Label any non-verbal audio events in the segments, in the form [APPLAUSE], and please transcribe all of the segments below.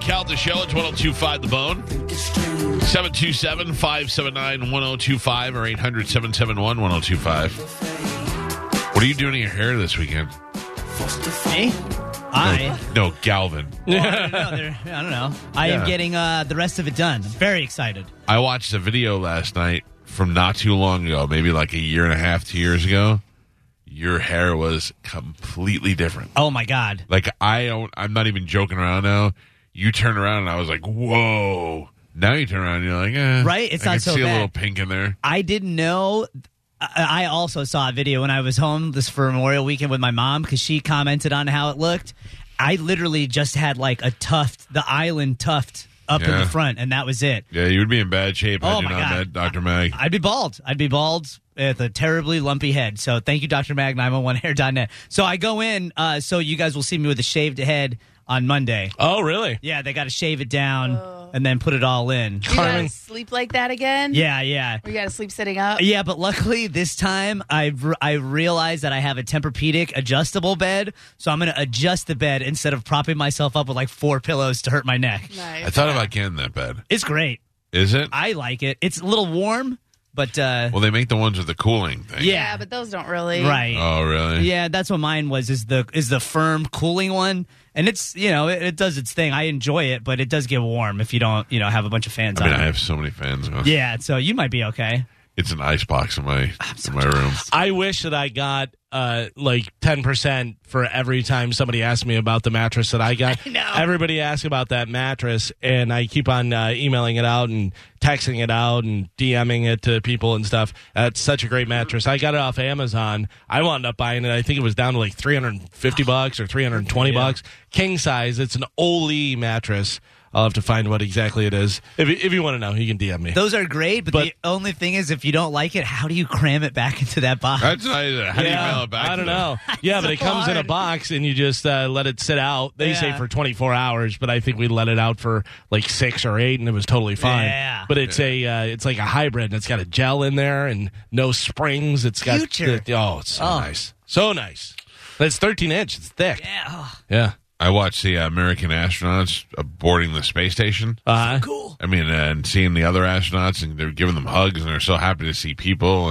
Cal the show. It's 1025 The Bone. 727 579 1025 or 800 771 1025. What are you doing to your hair this weekend? Me? I, No, Galvin. Well, I don't know. They're- [LAUGHS] I don't know. I Yeah. am getting uh, the rest of it done. I'm very excited. I watched a video last night from not too long ago, maybe like a year and a half, two years ago. Your hair was completely different. Oh my god. Like I don't, I'm not even joking around now. You turn around and I was like, whoa. Now you turn around and you're like, eh, Right? It's I not can so see a bad. little pink in there. I didn't know. uh, I I also saw a video when I was home this for Memorial Weekend with my mom because she commented on how it looked. I literally just had like a tuft, the island tuft up in Yeah. the front, and that was it. Yeah, you would be in bad shape. I Oh, do my not God. med- Dr. Mag. I'd be bald. I'd be bald with a terribly lumpy head. So thank you, Dr. Mag, 911hair.net. So I go in, uh, so you guys will see me with a shaved head on Monday. Oh, really? Yeah, they got to shave it down and then put it all in. Oh. You Carmen. gotta sleep like that again? Yeah, yeah. Or you gotta sleep sitting up? Yeah, but luckily this time I re- I realized that I have a Tempur-Pedic adjustable bed, so I'm going to adjust the bed instead of propping myself up with like four pillows to hurt my neck. Nice. I thought about getting that bed. It's great. Is it? I like it. It's a little warm, but uh Well, they make the ones with the cooling thing. Yeah. Yeah, but those don't really. right. Oh, really? Yeah, that's what mine was is the is the firm cooling one, and it's you know it, it does its thing. I enjoy it, but it does get warm if you don't you know have a bunch of fans I mean, on. I have so many fans. man. yeah, so you might be okay. It's an ice box in my in my room. I wish that I got uh, like ten percent for every time somebody asked me about the mattress that I got. [LAUGHS] I know. Everybody asks about that mattress, and I keep on uh, emailing it out and texting it out and DMing it to people and stuff. That's such a great mattress. I got it off Amazon. I wound up buying it. I think it was down to like three hundred and fifty bucks or three hundred and twenty bucks, king size. It's an Ole mattress. I'll have to find what exactly it is. If, you- if you want to know, you can DM me. Those are great, but, But- the only thing is if you don't like it, how do you cram it back [LAUGHS] into that box? That's not, how do you mail it back? I to don't them? [LAUGHS] know. Yeah, but so it comes in a hard. box and you just uh, let it sit out. They say Yeah. for 24 hours, but I think we let it out for like six or eight, and it was totally fine. Yeah. But it's a uh, it's like a hybrid. and It's got a gel in there and no springs. It's got Future. the- oh, it's so Oh. nice, so nice. That's 13 inch. It's thick. Yeah, oh, Yeah. I watched the uh, American astronauts boarding the space station. Uh, cool. I mean, uh, and seeing the other astronauts, and they're giving them hugs, and they're so happy to see people.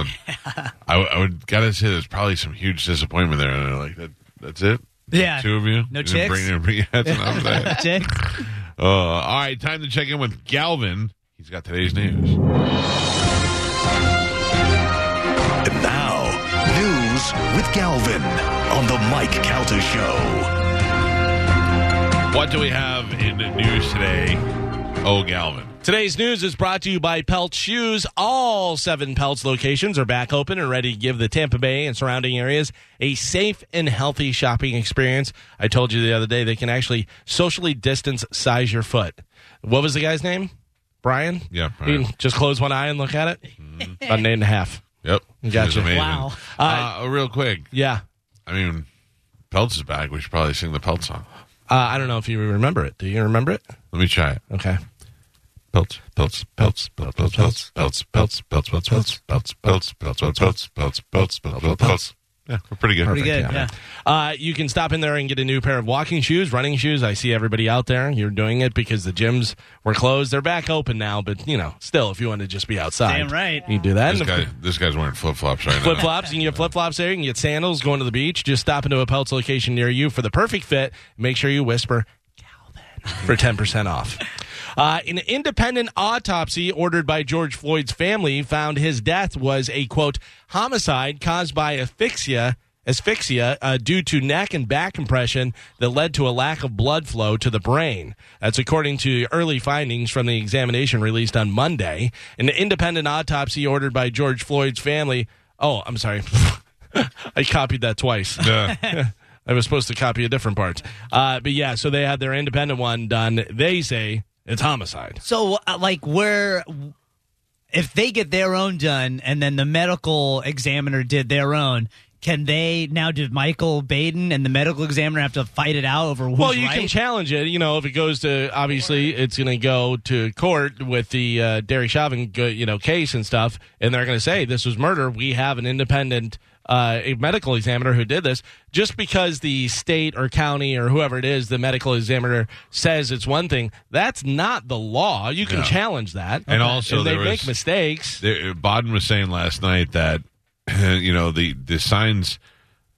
[LAUGHS] And I, w- I would gotta say, there's probably some huge disappointment there. And they're like, that, "That's it, Yeah. two of you, No You didn't chicks? bring, bring, [LAUGHS] that's enough of [LAUGHS] that." Jake? Uh, all right, time to check in with Galvin. He's got today's news. And now, news with Galvin on the Mike Calter Show. What do we have in the news today? Oh, Galvin. Today's news is brought to you by Pelt Shoes. All seven Pelts locations are back open and ready to give the Tampa Bay and surrounding areas a safe and healthy shopping experience. I told you the other day they can actually socially distance size your foot. What was the guy's name? Brian? Yeah, You Brian. Mm-hmm. can just close one eye and look at it. About an eight and a half. Yep, She was Gotcha. amazing. Wow. Uh, real quick, Yeah. I mean, Peltz is back. We should probably sing the Peltz song. Uh, I don't know if you remember it. Do you remember it? Let me try it. Okay. Pelts, pelts, pelts, pelts, pelts, pelts, pelts, pelts, pelts, pelts, pelts, pelts, pelts, pelts, pelts, pelts, pelts, pelts, pelts. Yeah, we're pretty good. Pretty good. Yeah. Uh, you can stop in there and get a new pair of walking shoes, running shoes. I see everybody out there. You're doing it because the gyms were closed. They're back open now, but you know, still, if you want to just be outside, Damn right. you can do that. This guy, this guy's wearing flip flops right now. Flip flops. You can get flip flops there. You can get sandals. Going to the beach. Just stop into a Pelts location near you for the perfect fit. Make sure you whisper Calvin for ten percent off. Uh, an independent autopsy ordered by George Floyd's family found his death was a quote homicide caused by asphyxia. Asphyxia uh, due to neck and back compression that led to a lack of blood flow to the brain. That's according to early findings from the examination released on Monday. An independent autopsy ordered by George Floyd's family Oh, I'm sorry. [LAUGHS] I copied that twice. [LAUGHS] I was supposed to copy a different part. Uh, but yeah, so they had their independent one done. They say it's homicide. So, uh, like, where if they get their own done, and then the medical examiner did their own, can they now? Did Michael Baden and the medical examiner have to fight it out over who's Well, you right? can challenge it. You know, if it goes to obviously, it's going to go to court with the uh, Derry Chauvin, go- you know, case and stuff, and they're going to say this was murder. We have an independent uh, a medical examiner who did this, just because the state or county or whoever it is, the medical examiner says it's one thing, that's not the law. You can challenge that. And also they there make was- mistakes. There, Bodden was saying last night that you know the the signs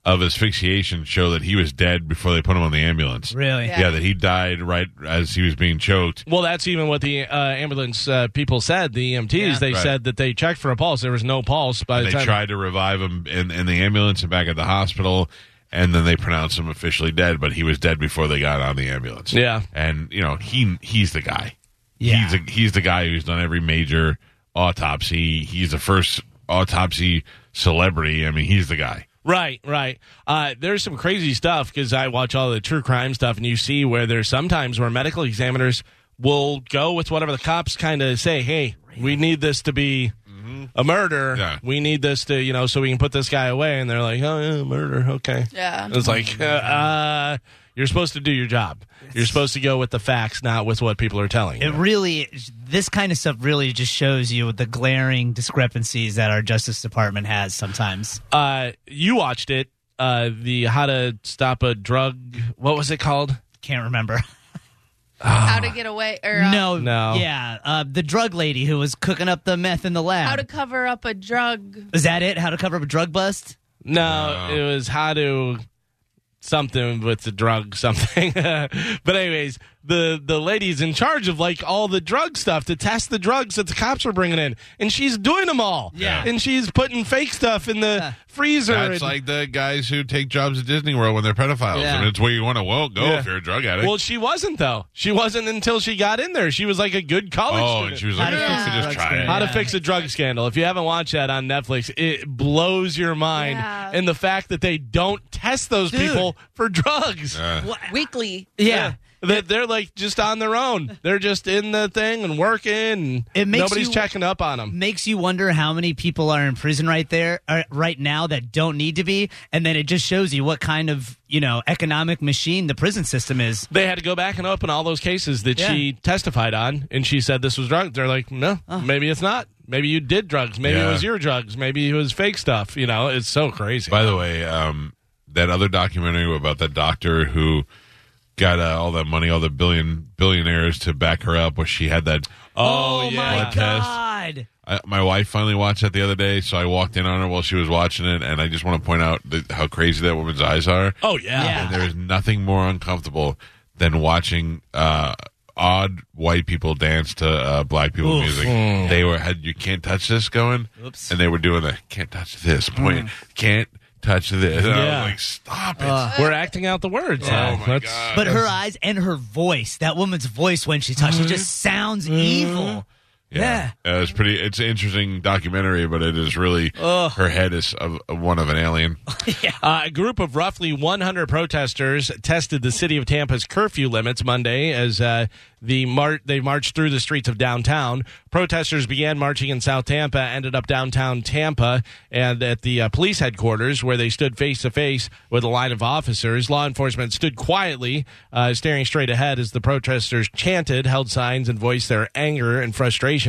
of asphyxiation show that he was dead before they put him on the ambulance. Really? Yeah, that he died right as he was being choked. Well, that's even what the uh, ambulance uh, people said. The EMTs they Right. said that they checked for a pulse. There was no pulse by And the they time. tried to revive him in, in the ambulance and back at the hospital, and then they pronounced him officially dead. But he was dead before they got on the ambulance. Yeah. and you know he he's the guy. Yeah. he's a, he's the guy who's done every major autopsy. He's the first autopsy celebrity. I mean, he's the guy. Right, right. Uh, there's some crazy stuff because I watch all the true crime stuff, and you see where there's sometimes where medical examiners will go with whatever the cops kind of say. Hey, we need this to be a murder. Mm-hmm. Yeah. We need this to you know so we can put this guy away. And they're like, oh yeah, murder. Okay. Yeah. It's like uh, uh, you're supposed to do your job. You're supposed to go with the facts, not with what people are telling. It you. really, this kind of stuff really just shows you the glaring discrepancies that our Justice Department has sometimes. Uh, you watched it. Uh, the how to stop a drug. What was it called? Can't remember. How to get away or uh, No, No. yeah, uh, the drug lady who was cooking up the meth in the lab. how to cover up a drug. Is that it? How to cover up a drug bust? No, it was how to something with the drug something. [LAUGHS] but anyways, the the lady's in charge of like all the drug stuff to test the drugs that the cops were bringing in, and she's doing them all. Yeah. and she's putting fake stuff in the freezer. That's and- like the guys who take jobs at Disney World when they're pedophiles. Yeah. And it's where you want to well go Yeah. if you're a drug addict. well, she wasn't though. She wasn't until she got in there. She was like a good college. oh, student. and she was like, How to fix "Yeah, we a could just drug try screen. it. How to Ah, Yeah. Fix a Drug Scandal. If you haven't watched that on Netflix, it blows your mind. Yeah. And the fact that they don't test those Dude. people for drugs. Weekly. Yeah. That they're like just on their own. They're just in the thing and working. And It makes nobody's you- checking up on them. Makes you wonder how many people are in prison right there, uh, right now that don't need to be, and then it just shows you what kind of you know economic machine the prison system is. They had to go back and open all those cases that Yeah. she testified on, and she said this was drugs. They're like, no, maybe it's not. Maybe you did drugs. Maybe Yeah. it was your drugs. Maybe it was fake stuff. You know, it's so crazy. By the way, um, that other documentary about that doctor who got uh, all that money, all the billion billionaires to back her up, where she had that. Oh, my Blood test. god! I, my wife finally watched that the other day, so I walked in on her while she was watching it, and I just want to point out that, how crazy that woman's eyes are. oh yeah. Yeah. And there is nothing more uncomfortable than watching uh, odd white people dance to uh, black people music. They were had you can't touch this going, Mm. Oops. and they were doing the can't touch this point, can't touch this. And I Mm. Yeah. was like, stop it. We're acting out the words. oh now. my That's- god! But her eyes and her voice, that woman's voice when she talks, she just sounds Mm-hmm. evil. yeah, Uh, it's pretty. It's an interesting documentary, but it is really her head is of, of one of an alien. Uh, a group of roughly 100 protesters tested the city of Tampa's curfew limits Monday as uh, the mar- they marched through the streets of downtown. Protesters began marching in South Tampa, ended up downtown Tampa, and at the uh, police headquarters where they stood face to face with a line of officers. Law enforcement stood quietly, uh, staring straight ahead as the protesters chanted, held signs, and voiced their anger and frustrations.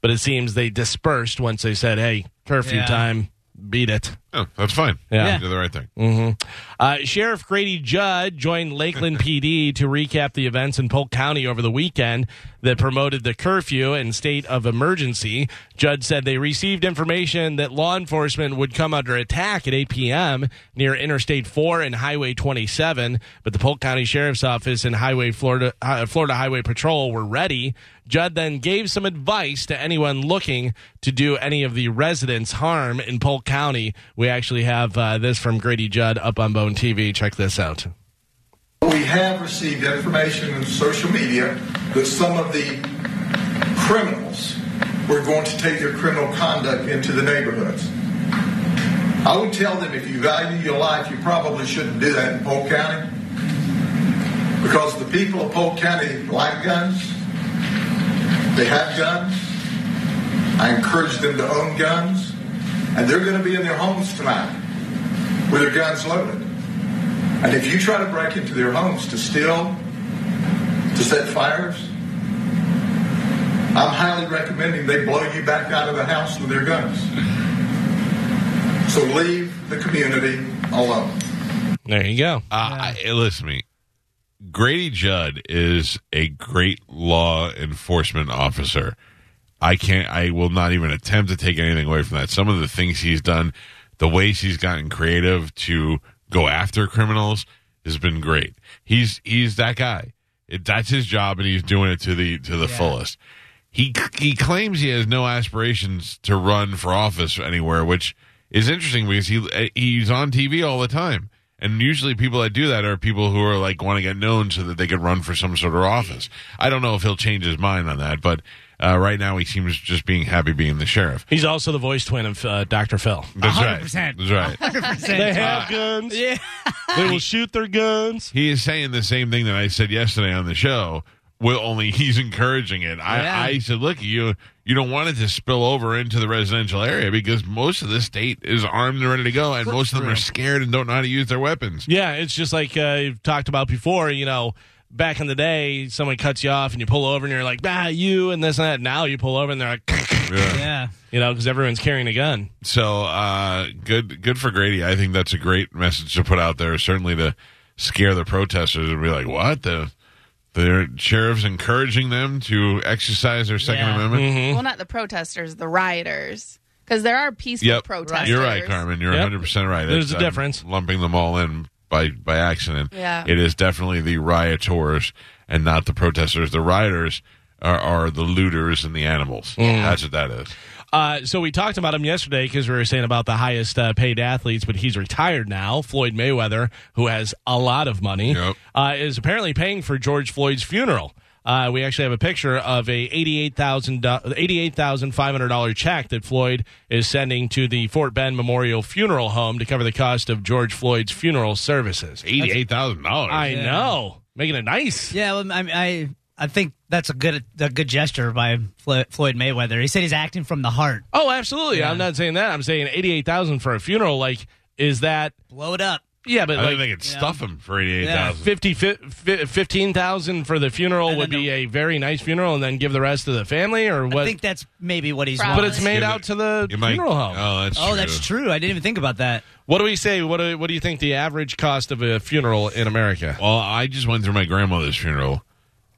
But it seems they dispersed once they said, "Hey, curfew Yeah. time, beat it." Oh, that's fine. Yeah. you did the right thing. Uh, Sheriff Grady Judd joined Lakeland [LAUGHS] PD to recap the events in Polk County over the weekend that promoted the curfew and state of emergency. Judd said they received information that law enforcement would come under attack at 8 p.m. near Interstate 4 and Highway 27, but the Polk County Sheriff's Office and Highway Florida uh, Florida Highway Patrol were ready. Judd then gave some advice to anyone looking to do any of the residents harm in Polk County. We actually have uh, this from Grady Judd up on Bone TV. Check this out. We have received information in social media that some of the criminals were going to take their criminal conduct into the neighborhoods. I would tell them if you value your life, you probably shouldn't do that in Polk County because the people of Polk County like guns. They have guns. I encourage them to own guns, and they're going to be in their homes tonight with their guns loaded. And if you try to break into their homes to steal, to set fires, I'm highly recommending they blow you back out of the house with their guns. So So leave the community alone. There you go. Uh, I, listen to me. Grady Judd is a great law enforcement officer. I can't. I will not even attempt to take anything away from that. Some of the things he's done, the ways he's gotten creative to go after criminals, has been great. He's he's that guy. It, that's his job, and he's doing it to the to the fullest. He he claims he has no aspirations to run for office anywhere, which is interesting because he he's on TV all the time, and usually people that do that are people who are like want to get known so that they can run for some sort of office. I don't know if he'll change his mind on that, but uh, right now he seems just being happy being the sheriff. He's also the voice twin of uh, Dr. Phil. That's right. 100%. That's right. They Percent. have guns. Uh, Yeah. They will shoot their guns. he is saying the same thing that I said yesterday on the show. Well, only [LAUGHS] he's encouraging it. I, Yeah. I said, look, you you don't want it to spill over into the residential area because most of the state is armed and ready to go, and most of them are scared and don't know how to use their weapons. Yeah, it's just like uh, you've talked about before, you know, back in the day, someone cuts you off and you pull over and you're like, ah, you and this and that. Now you pull over and they're like, [LAUGHS] Yeah. you know, because everyone's carrying a gun. So uh, good good for Grady. I think that's a great message to put out there. Certainly to scare the protesters and be like, what the. The sheriff's encouraging them to exercise their Second Yeah. Amendment. Mm-hmm. Well, not the protesters, the rioters, because there are peaceful Yep, protesters. You're right, Carmen. You're Yep. 100 percent right. There's It's, a I'm difference. lumping them all in by by accident. Yeah. it is definitely the rioters and not the protesters. The rioters are, are the looters and the animals. Mm. That's what that is. Uh, so we talked about him yesterday because we were saying about the highest uh, paid athletes, but he's retired now. Floyd Mayweather, who has a lot of money, Yep. uh, is apparently paying for George Floyd's funeral. Uh, we actually have a picture of a $88,000 $88,500 check that Floyd is sending to the Fort Bend Memorial Funeral Home to cover the cost of George Floyd's funeral services. Eighty-eight thousand I dollars. know. Making it nice. Yeah, well, I, I I think that's a good a good gesture by Flo- Floyd Mayweather. He said he's acting from the heart. Oh, absolutely. I'm not saying that. I'm saying 88000 for a funeral. Like, is that. Blow it up. Yeah, but I like. think they could stuff him for eighty-eight thousand. 50, fi- fi- 15,000 for the funeral And would then be a very nice funeral and then give the rest to the family or I what? think that's maybe what he's. Probably. wanting. But it's made Yeah, out to the You might. funeral home. Oh, that's oh, that's true. I didn't even think about that. what do we say? What do, what do you think the average cost of a funeral in America? Well, I just went through my grandmother's funeral,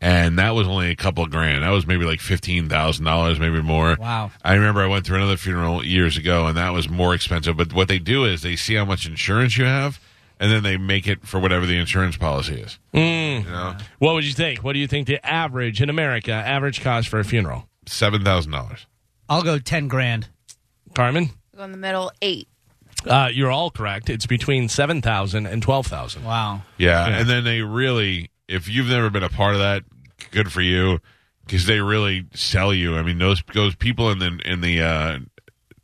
and that was only a couple of grand. That was maybe like fifteen thousand dollars, maybe more. Wow. I remember I went through another funeral years ago, and that was more expensive. But what they do is they see how much insurance you have, and then they make it for whatever the insurance policy is. You know, Hmm. What would you think? What do you think the average in America average cost for a funeral? seven thousand dollars. I'll go ten grand. Carmen, Go in the middle, eight. uh, you're all correct. It's between 7,000 and 12,000. Wow. Yeah, and then they really, if you've never been a part of that, good for you, because they really sell you. I mean, those those people in the in the uh,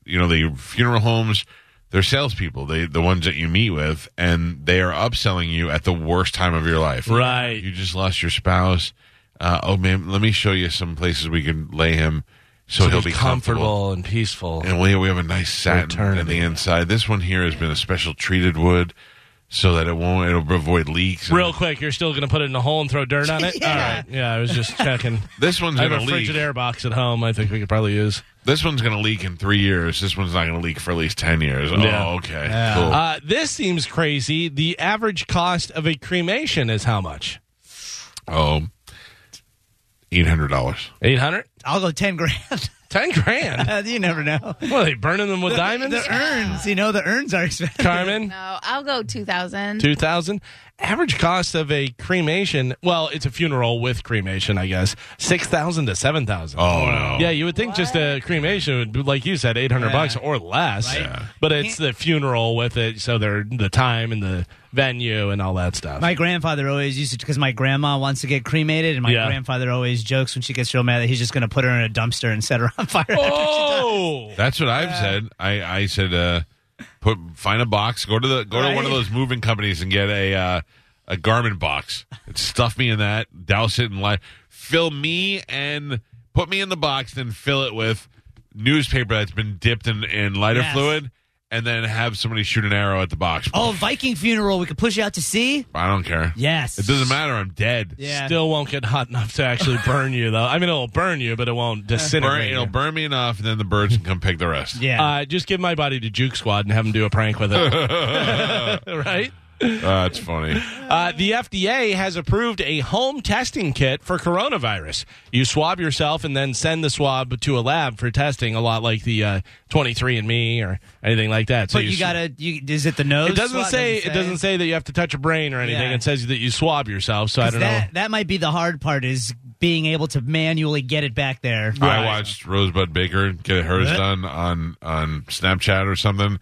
you know the funeral homes, they're salespeople. They the ones that you meet with, and they are upselling you at the worst time of your life. Right. You just lost your spouse. Uh, oh man, let me show you some places we can lay him so, he'll be comfortable. and peaceful. And we we have a nice satin Eternity. in the inside. This one here has been a special treated wood. So that it won't, it'll avoid leaks. and Real quick, you're still going to put it in a hole and throw [LAUGHS] dirt on it? All right. Yeah, I was just checking. This one's I have gonna a leak. Frigidaire box at home. I think we could probably use. This one's gonna leak in three years. This one's not gonna leak for at least ten years. Yeah. Oh, okay, cool. Uh, this seems crazy. The average cost of a cremation is how much? oh, eight hundred dollars. Eight hundred, I'll go ten grand. [LAUGHS] ten grand. you never know. what are they burning them with diamonds? The urns, you know, the urns are expensive. Carmen, No, I'll go 2,000. two thousand. Average cost of a cremation. Well, it's a funeral with cremation, I guess. Six thousand to seven thousand. Oh no. Yeah, you would think just a cremation would, be, like you said, eight hundred Yeah. bucks or less. Right? But it's the funeral with it, so they're the time and the venue and all that stuff. My grandfather always used to, because my grandma wants to get cremated, and my Yeah. grandfather always jokes when she gets real mad that he's just going to put her in a dumpster and set her on [LAUGHS] fire. oh, That's what I've said. I I said uh, put find a box. Go to the go to one Right. of those moving companies and get a uh, a garment box. Stuff me in that. Douse it in light. Fill me and put me in the box. Then fill it with newspaper that's been dipped in in lighter Yes. fluid. and then have somebody shoot an arrow at the box. Oh, Viking funeral. We could push it out to sea. I don't care. Yes. It doesn't matter. I'm dead. Yeah. Still won't get hot enough to [LAUGHS] actually burn you, though. I mean, it'll burn you, but it Uh, won't Uh, Burn, disintegrate. it'll you. burn me enough, and then the birds can come pick the [LAUGHS] rest. Yeah. Uh, just give my body to Juke Squad and have them do a prank with it, [LAUGHS] [LAUGHS] right? Uh, that's funny. [LAUGHS] Uh, the FDA has approved a home testing kit for coronavirus. You swab yourself and then send the swab to a lab for testing, a lot like the uh, 23andMe or anything like that. but you, gotta. You, is it the nose? It doesn't swab? say. It doesn't say that you have to touch a brain or anything. Yeah. It says that you swab yourself. So I 'Cause don't that, know. That might be the hard part is being able to manually get it back there. I watched Rosebud Baker get hers done on on Snapchat or something.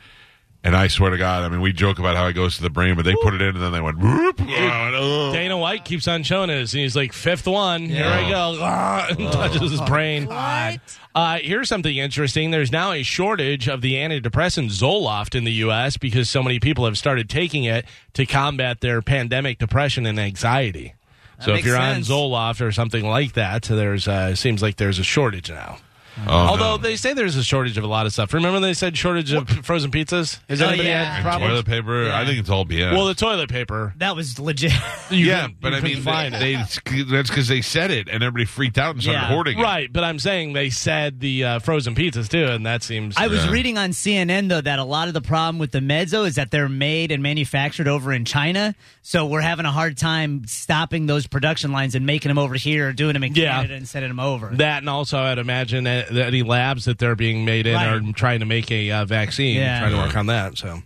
And I swear to God, I mean, we joke about how it goes to the brain, but they put it in and then they went. Whoop, ah, no. Dana White keeps on showing us, and he's like fifth one. Here I go, [LAUGHS] Ah, and touches his brain. What? Uh, here's something interesting. There's now a shortage of the antidepressant Zoloft in the U.S. because so many people have started taking it to combat their pandemic depression and anxiety. so if makes you're sense. on Zoloft or something like that, there's uh, seems like there's a shortage now. Oh, no. Although they say there's a shortage of a lot of stuff. Remember they said shortage of frozen pizzas? Has Oh, anybody yeah. had And problems? toilet paper, I think it's all BS. Well, the toilet paper. That was legit. [LAUGHS] You yeah, couldn't- but you I couldn't mean, find it. they, they- that's because they said it and everybody freaked out and started Yeah. hoarding it. Right, but I'm saying they said the uh, frozen pizzas too, and that seems. I was Yeah. reading on CNN though that a lot of the problem with the mezzo is that they're made and manufactured over in China, so we're having a hard time stopping those production lines and making them over here, or doing them in Yeah. Canada and sending them over. that, and also I'd imagine that, that any labs that they're being made in Right. are trying to make a uh, vaccine, Yeah. trying to work on that. So,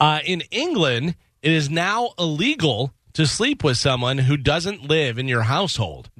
uh, in England, it is now illegal to sleep with someone who doesn't live in your household.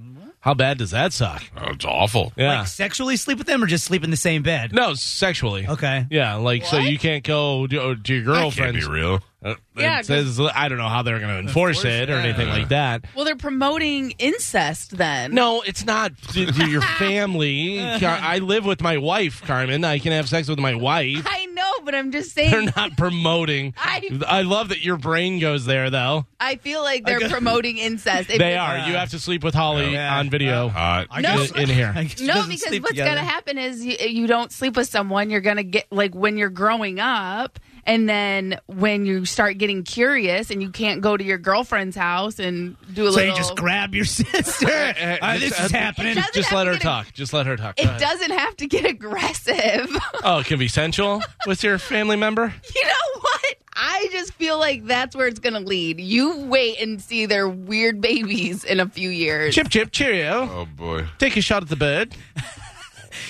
How bad does that suck? Oh, it's awful. Yeah, Like sexually sleep with them, or just sleep in the same bed? no, sexually. Okay. Yeah, like so you can't go to, oh, to your That can't girlfriend's. be real. Uh, Yeah, it says, I don't know how they're going to enforce, it or anything like that. Well, they're promoting incest then. No, it's not to, to your family. Car- I live with my wife, Carmen. I can have sex with my wife. [LAUGHS] I know, but I'm just They're saying. not promoting. I- I love that your brain goes there, though. I feel like they're promoting incest. If They it's- are. You have to sleep with Holly Oh, Yeah. on video Uh, No. in, in here. [LAUGHS] I guess she No, doesn't because sleep what's together. going to happen is you, you don't sleep with someone. You're going to get, like, when you're growing up, and then when you start getting curious and you can't go to your girlfriend's house and do a So little. you just grab your sister. All right, uh, this is happening. It does- Just let her Doesn't have talk. Just let her talk. Go it ahead. doesn't have to get aggressive. [LAUGHS] Oh, it can be sensual with your family member? you know what? I just feel like that's where it's going to lead. You wait and see their weird babies in a few years. Chip, chip, cheerio. oh, boy. Take a shot at the bird. [LAUGHS]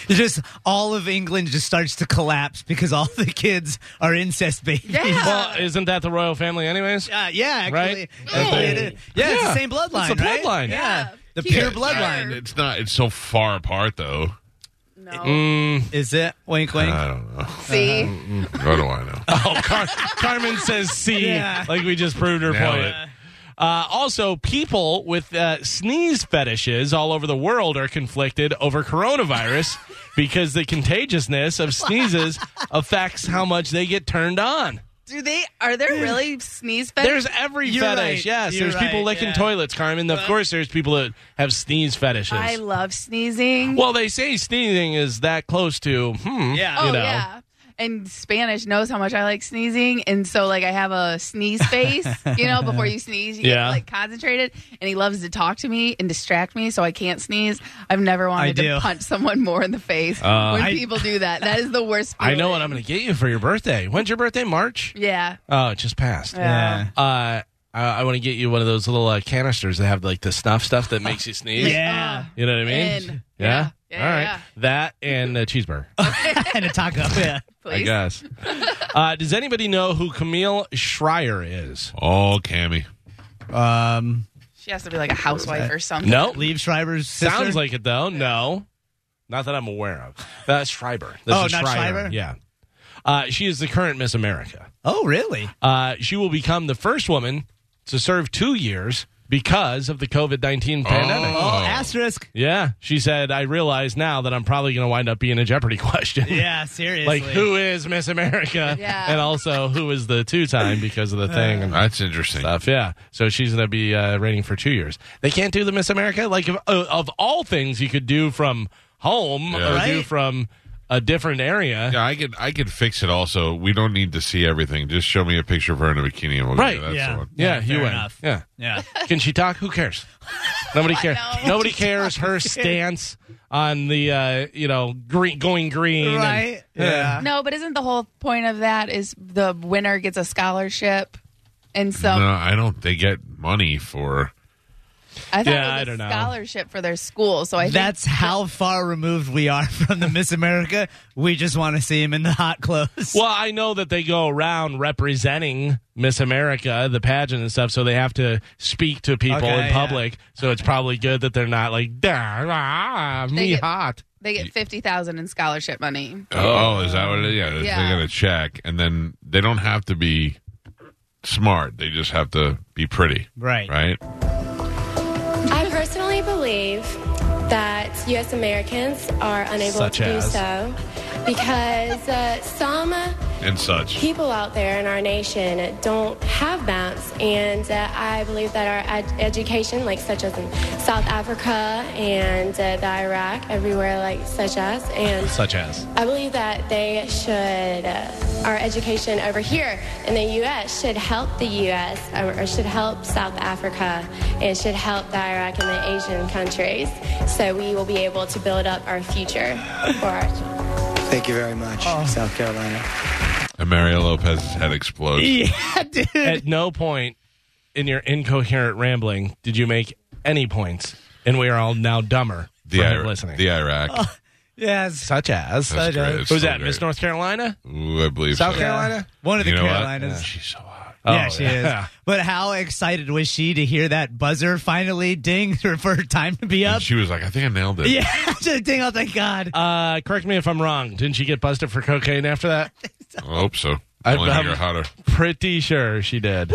Just all of England just starts to collapse because all the kids are incest babies. [LAUGHS] Yeah. Well, isn't that the royal family, anyways? Uh, yeah, actually. Right? actually Yeah. it is. Yeah, it's Yeah. the same bloodline. It's the right? bloodline. Yeah. Yeah. The Cute. pure Yeah. [LAUGHS] And bloodline. it's not, it's so far apart, though. no. Mm. Is it? Wink, wink. I don't know. [LAUGHS] see? Uh-huh. What do I know? [LAUGHS] Oh, Car- Carmen says C, Yeah. like we just proved her Nailed point. it. Uh, also, people with uh, sneeze fetishes all over the world are conflicted [LAUGHS] over coronavirus because the contagiousness of sneezes affects how much they get turned on. Do they? Are there really sneeze fetishes? There's every You're fetish. right. Yes, You're there's people right, licking yeah. toilets, Carmen. Of course, there's people that have sneeze fetishes. I love sneezing. well, they say sneezing is that close to hmm. Yeah. oh you know. yeah. And Spanish knows how much I like sneezing, and so like I have a [LAUGHS] sneeze face, you know. Before you sneeze, you Yeah. get like concentrated. And he loves to talk to me and distract me, so I can't sneeze. I've never I wanted do. to punch someone more in the face when I- people do that. That is the worst. Uh, I know feeling. what I'm going to get you for your birthday. When's your birthday? March? Yeah. Oh, it just passed. Yeah. Uh, I, I want to get you one of those little uh, canisters that have like the snuff stuff that [LAUGHS] makes you sneeze. Yeah. You know what I mean? In. Yeah. Yeah. Yeah, All right. yeah. Oh, That and [LAUGHS] a cheeseburger, and a taco. Yeah. [LAUGHS] I Please. [LAUGHS] guess. uh, does anybody know who Camille Schreier is? Oh, Cammy. Um, She has to be like a housewife or something. No. Leave Shriver's sister. Sounds like it though. No. Not that I'm aware of. That's Schreiber. This Oh, is not Schreiber? Yeah. Uh, she is the current Miss America. Oh, really? Uh, she will become the first woman to serve two years because of the COVID 19 pandemic. Oh. Oh, asterisk. Yeah. She said, I realize now that I'm probably going to wind up being a Jeopardy [LAUGHS] question. Yeah, seriously. like, who is [LAUGHS] Miss America? Yeah. And also, who is the two time because of the thing and Uh, That's interesting. stuff. Yeah. So she's going to be uh, rating for two years. They can't do the Miss America. Like, of, uh, of all things you could do from home Yeah. or do Right? from a different area. Yeah, I could I could fix it. Also, we don't need to see everything. Just show me a picture of her in a bikini, and we'll Right, Go, That's yeah. the one. Yeah, Yeah, you fair win. enough. Yeah. Yeah. [LAUGHS] Can she talk? Who cares? Nobody cares. know. Nobody cares her stance on the uh, you know green going green. and- Right? Yeah. No, but isn't the whole point of that is the winner gets a scholarship? And so No, I don't. They get money for. I thought Yeah, I it don't was a know. scholarship for their school. So I think That's how far removed we are [LAUGHS] from the Miss America. We just want to see him in the hot clothes. Well, I know that they go around representing Miss America, the pageant and stuff, so they have to speak to people Okay, in yeah. public. So it's probably good that they're not like, "Dah, ah, me They get- hot. they get fifty thousand in scholarship money. Oh, is that what? It, yeah, Yeah. they got to check, and then they don't have to be smart. They just have to be pretty, Right. right? I personally believe that U.S. Americans are unable Such to as? do so because uh, some And such. people out there in our nation don't have bounce, and uh, I believe that our ed- education, like such as in South Africa and uh, the Iraq, everywhere like such as, and [LAUGHS] Such as. I believe that they should, uh, our education over here in the U.S. should help the U.S. or or should help South Africa and should help the Iraq and the Asian countries so we will be able to build up our future for our Thank you very much, South Carolina. And Mario Lopez's head explodes. Yeah, dude. At no point in your incoherent rambling did you make any points, and we are all now dumber The, for Ira- listening. the Iraq. Oh. Yes. Such as. That's I know. great. It's Who's so that? Miss great. North Carolina? Ooh, I believe South so. Carolina? One of the You know what? Carolinas. She's so hot. Yeah, Oh, she yeah. is. But how excited was she to hear that buzzer finally ding [LAUGHS] for her time to be up? And she was like, I think I nailed it. Yeah, [LAUGHS] just ding! Oh, thank God. Uh, correct me if I'm wrong. Didn't she get busted for cocaine after that? I hope so. I- Only make I'm- her hotter. Pretty sure she did.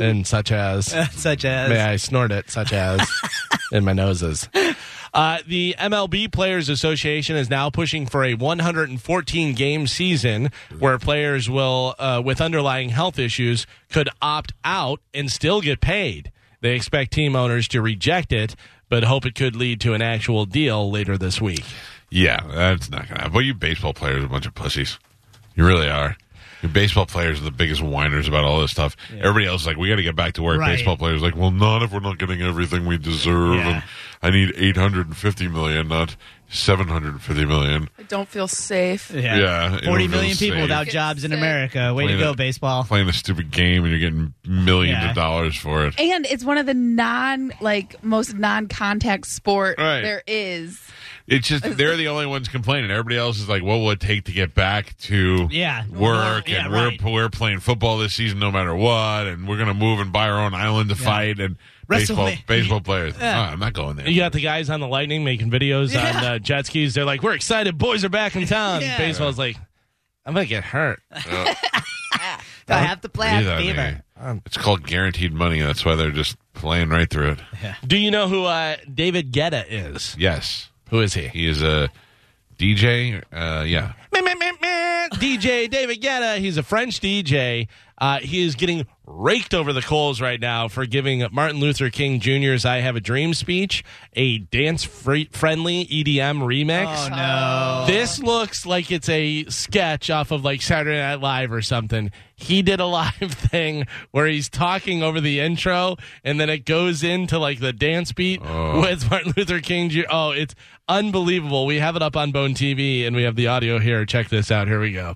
And such as. [LAUGHS] Such as May I snort it, [LAUGHS] such as in my noses. Uh, the MLB Players Association is now pushing for a 114 game season where players will, uh, with underlying health issues, could opt out and still get paid. They expect team owners to reject it, but hope it could lead to an actual deal later this week. Yeah, that's not gonna happen. But you baseball players are a bunch of pussies. You really are. Your baseball players are the biggest whiners about all this stuff. Everybody else is like, we got to get back to work. Right. Baseball players are like, well, not if we're not getting everything we deserve. Yeah. And I need eight hundred and fifty million, not seven hundred and fifty million. I don't feel safe. yeah. Yeah, it forty was million people insane. without jobs in Sick. America. Way to Playing go, it- baseball. Playing a stupid game and you're getting millions Yeah. of dollars for it. And it's one of the non like most non contact sport Right. there is. It's [LAUGHS] just they're the only ones complaining. Everybody else is like, "What will it take to get back to Yeah. work?" Yeah, and right. we're we're playing football this season, no matter what, and we're gonna move and buy our own island to fight and baseball WrestleMania. baseball players. "Ah, I'm not going there. You got the guys on the Lightning making videos on uh, jet skis. They're like, we're excited. Boys are back in town. Yeah. Baseball's like, I'm going to get hurt. [LAUGHS] I have to play. I have Breathe on me. fever. It's called guaranteed money. That's why they're just playing right through it. Do you know who uh, David Guetta is? Yes, Who is he? he is a DJ. Uh, yeah, Meh, meh, meh, meh. DJ David Guetta. He's a French DJ. Uh, he is getting raked over the coals right now for giving Martin Luther King Jr.'s I Have a Dream speech a dance free- friendly EDM remix. Oh no. This looks like it's a sketch off of like Saturday Night Live or something. He did a [LAUGHS] live thing where he's talking over the intro and then it goes into like the dance beat with Martin Luther King. Jr. Oh, it's unbelievable. We have it up on Bone TV and we have the audio here. Check this out. Here we go.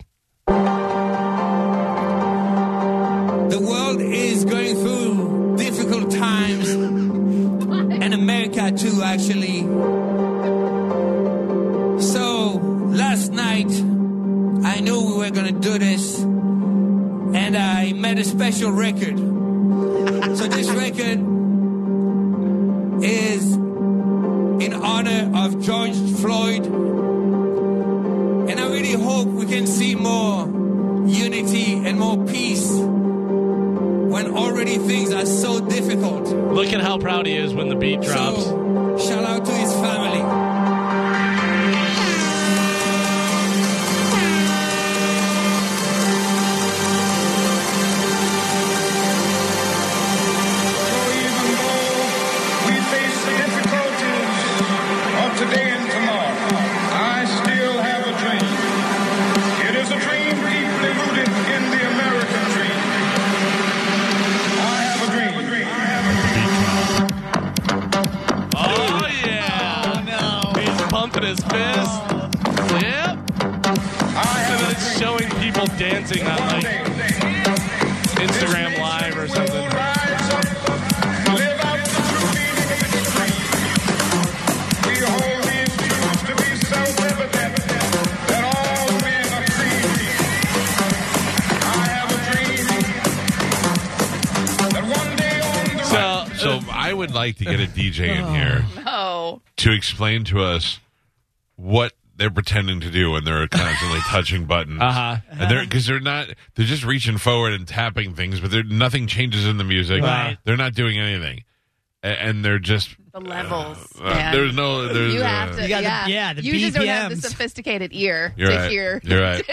The world is going through difficult times, and America too, actually. So last night, I knew we were gonna do this, and I made a special record. So this record is in honor of George Floyd, and I really hope we can see more unity and more peace when already things are so difficult. Look at how proud he is when the beat drops. So, shout out to his family. So even though we face the difficulties of today and tomorrow, I still have a dream. Oh, people dancing on like Instagram Live or something. So, So I would like to get a DJ in here Oh, to explain to us what they're pretending to do when they're [LAUGHS] constantly touching buttons. Uh-huh. And they're because they're not they're just reaching forward and tapping things, but they're nothing changes in the music. Right. They're not doing anything. A- And they're just the levels. uh, man. there's no there's you uh, have to, You got the- yeah. yeah, the you just don't have the BPMs. sophisticated ear You're to right. hear. [LAUGHS] You're right.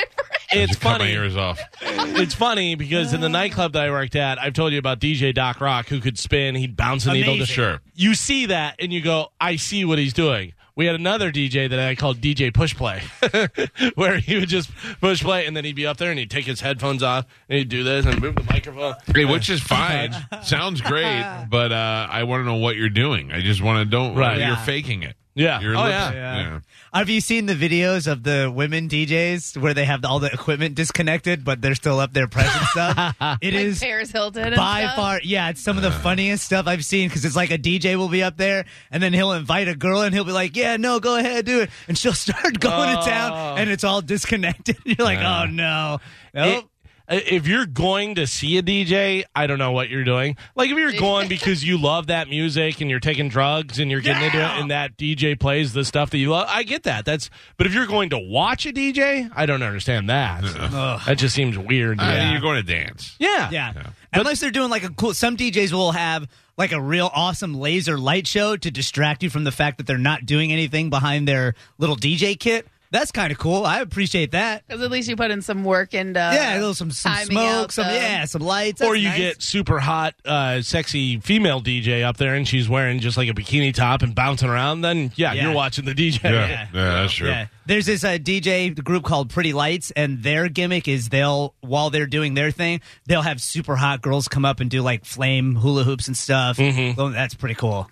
it's You cut my funny. ears off. it's funny because in the nightclub that I worked at, I've told you about DJ Doc Rock, who could spin, he'd bounce a needle. Amazing. Sure. You see that and you go, I see what he's doing. We had another DJ that I called DJ Push Play, [LAUGHS] where he would just push play and then he'd be up there and he'd take his headphones off and he'd do this and move the microphone. Hey, which [LAUGHS] is [LAUGHS] fine. Sounds great, but uh, I want to know what you're doing. I just want to don't. Right. You're Yeah. faking it. Yeah. You're Oh, lip- yeah. Yeah. Have you seen the videos of the women DJs where they have all the equipment disconnected, but they're still up there pressing stuff? It Like is Paris Hilton. and by stuff. far, yeah, it's some of [SIGHS] the funniest stuff I've seen because it's like a DJ will be up there and then he'll invite a girl and he'll be like, "Yeah, no, go ahead, do it," and she'll [LAUGHS] start going to Oh. town and it's all disconnected. [LAUGHS] You're like, "Oh no, nope. It- uh, if you're going to see a DJ, I don't know what you're doing. Like [LAUGHS] if you're going because you love that music and you're taking drugs and you're getting into it and that DJ plays the stuff that you love, I get that. That's but if you're going to watch a DJ, I don't understand that. that just seems weird. Uh, yeah. You're going to dance. yeah. yeah." Unless they're doing like a cool. Some DJs will have like a real awesome laser light show to distract you from the fact that they're not doing anything behind their little DJ kit. That's kind of cool. I appreciate that. Because at least you put in some work and uh, Yeah, a little some, some timing smoke, out some the- yeah, some lights, Or That's you nice. get super hot, uh, sexy female DJ up there, and she's wearing just like a bikini top and bouncing around. Then yeah, Yeah. you're watching the DJ. Yeah. Yeah, that's true. Yeah. There's this uh, DJ group called Pretty Lights, and their gimmick is they'll, while they're doing their thing, they'll have super hot girls come up and do like flame hula hoops and stuff. Oh, that's pretty cool.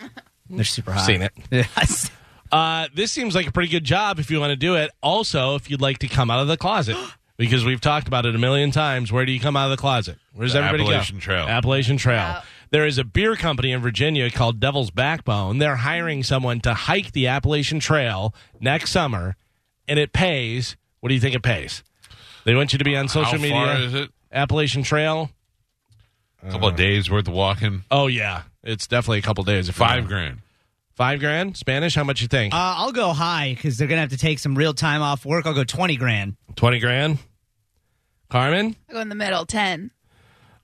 They're super hot. Seen it. Yes. Uh, this seems like a pretty good job if you want to do it. Also, if you'd like to come out of the closet, because we've talked about it a million times, where do you come out of the closet? Where's The everybody Appalachian go? Trail. Appalachian Trail. Yeah. There is a beer company in Virginia called Devil's Backbone. They're hiring someone to hike the Appalachian Trail next summer, and it pays. What do you think it pays? They want you to be on social Uh, How media. far is it? Appalachian Trail. A couple of days worth of walking. Oh yeah, it's definitely a couple days. Five grand. Five grand. Spanish. How much you think? Uh, I'll go high because they're going to have to take some real time off work. I'll go 20 grand. Twenty grand. Carmen. I go in the middle, ten.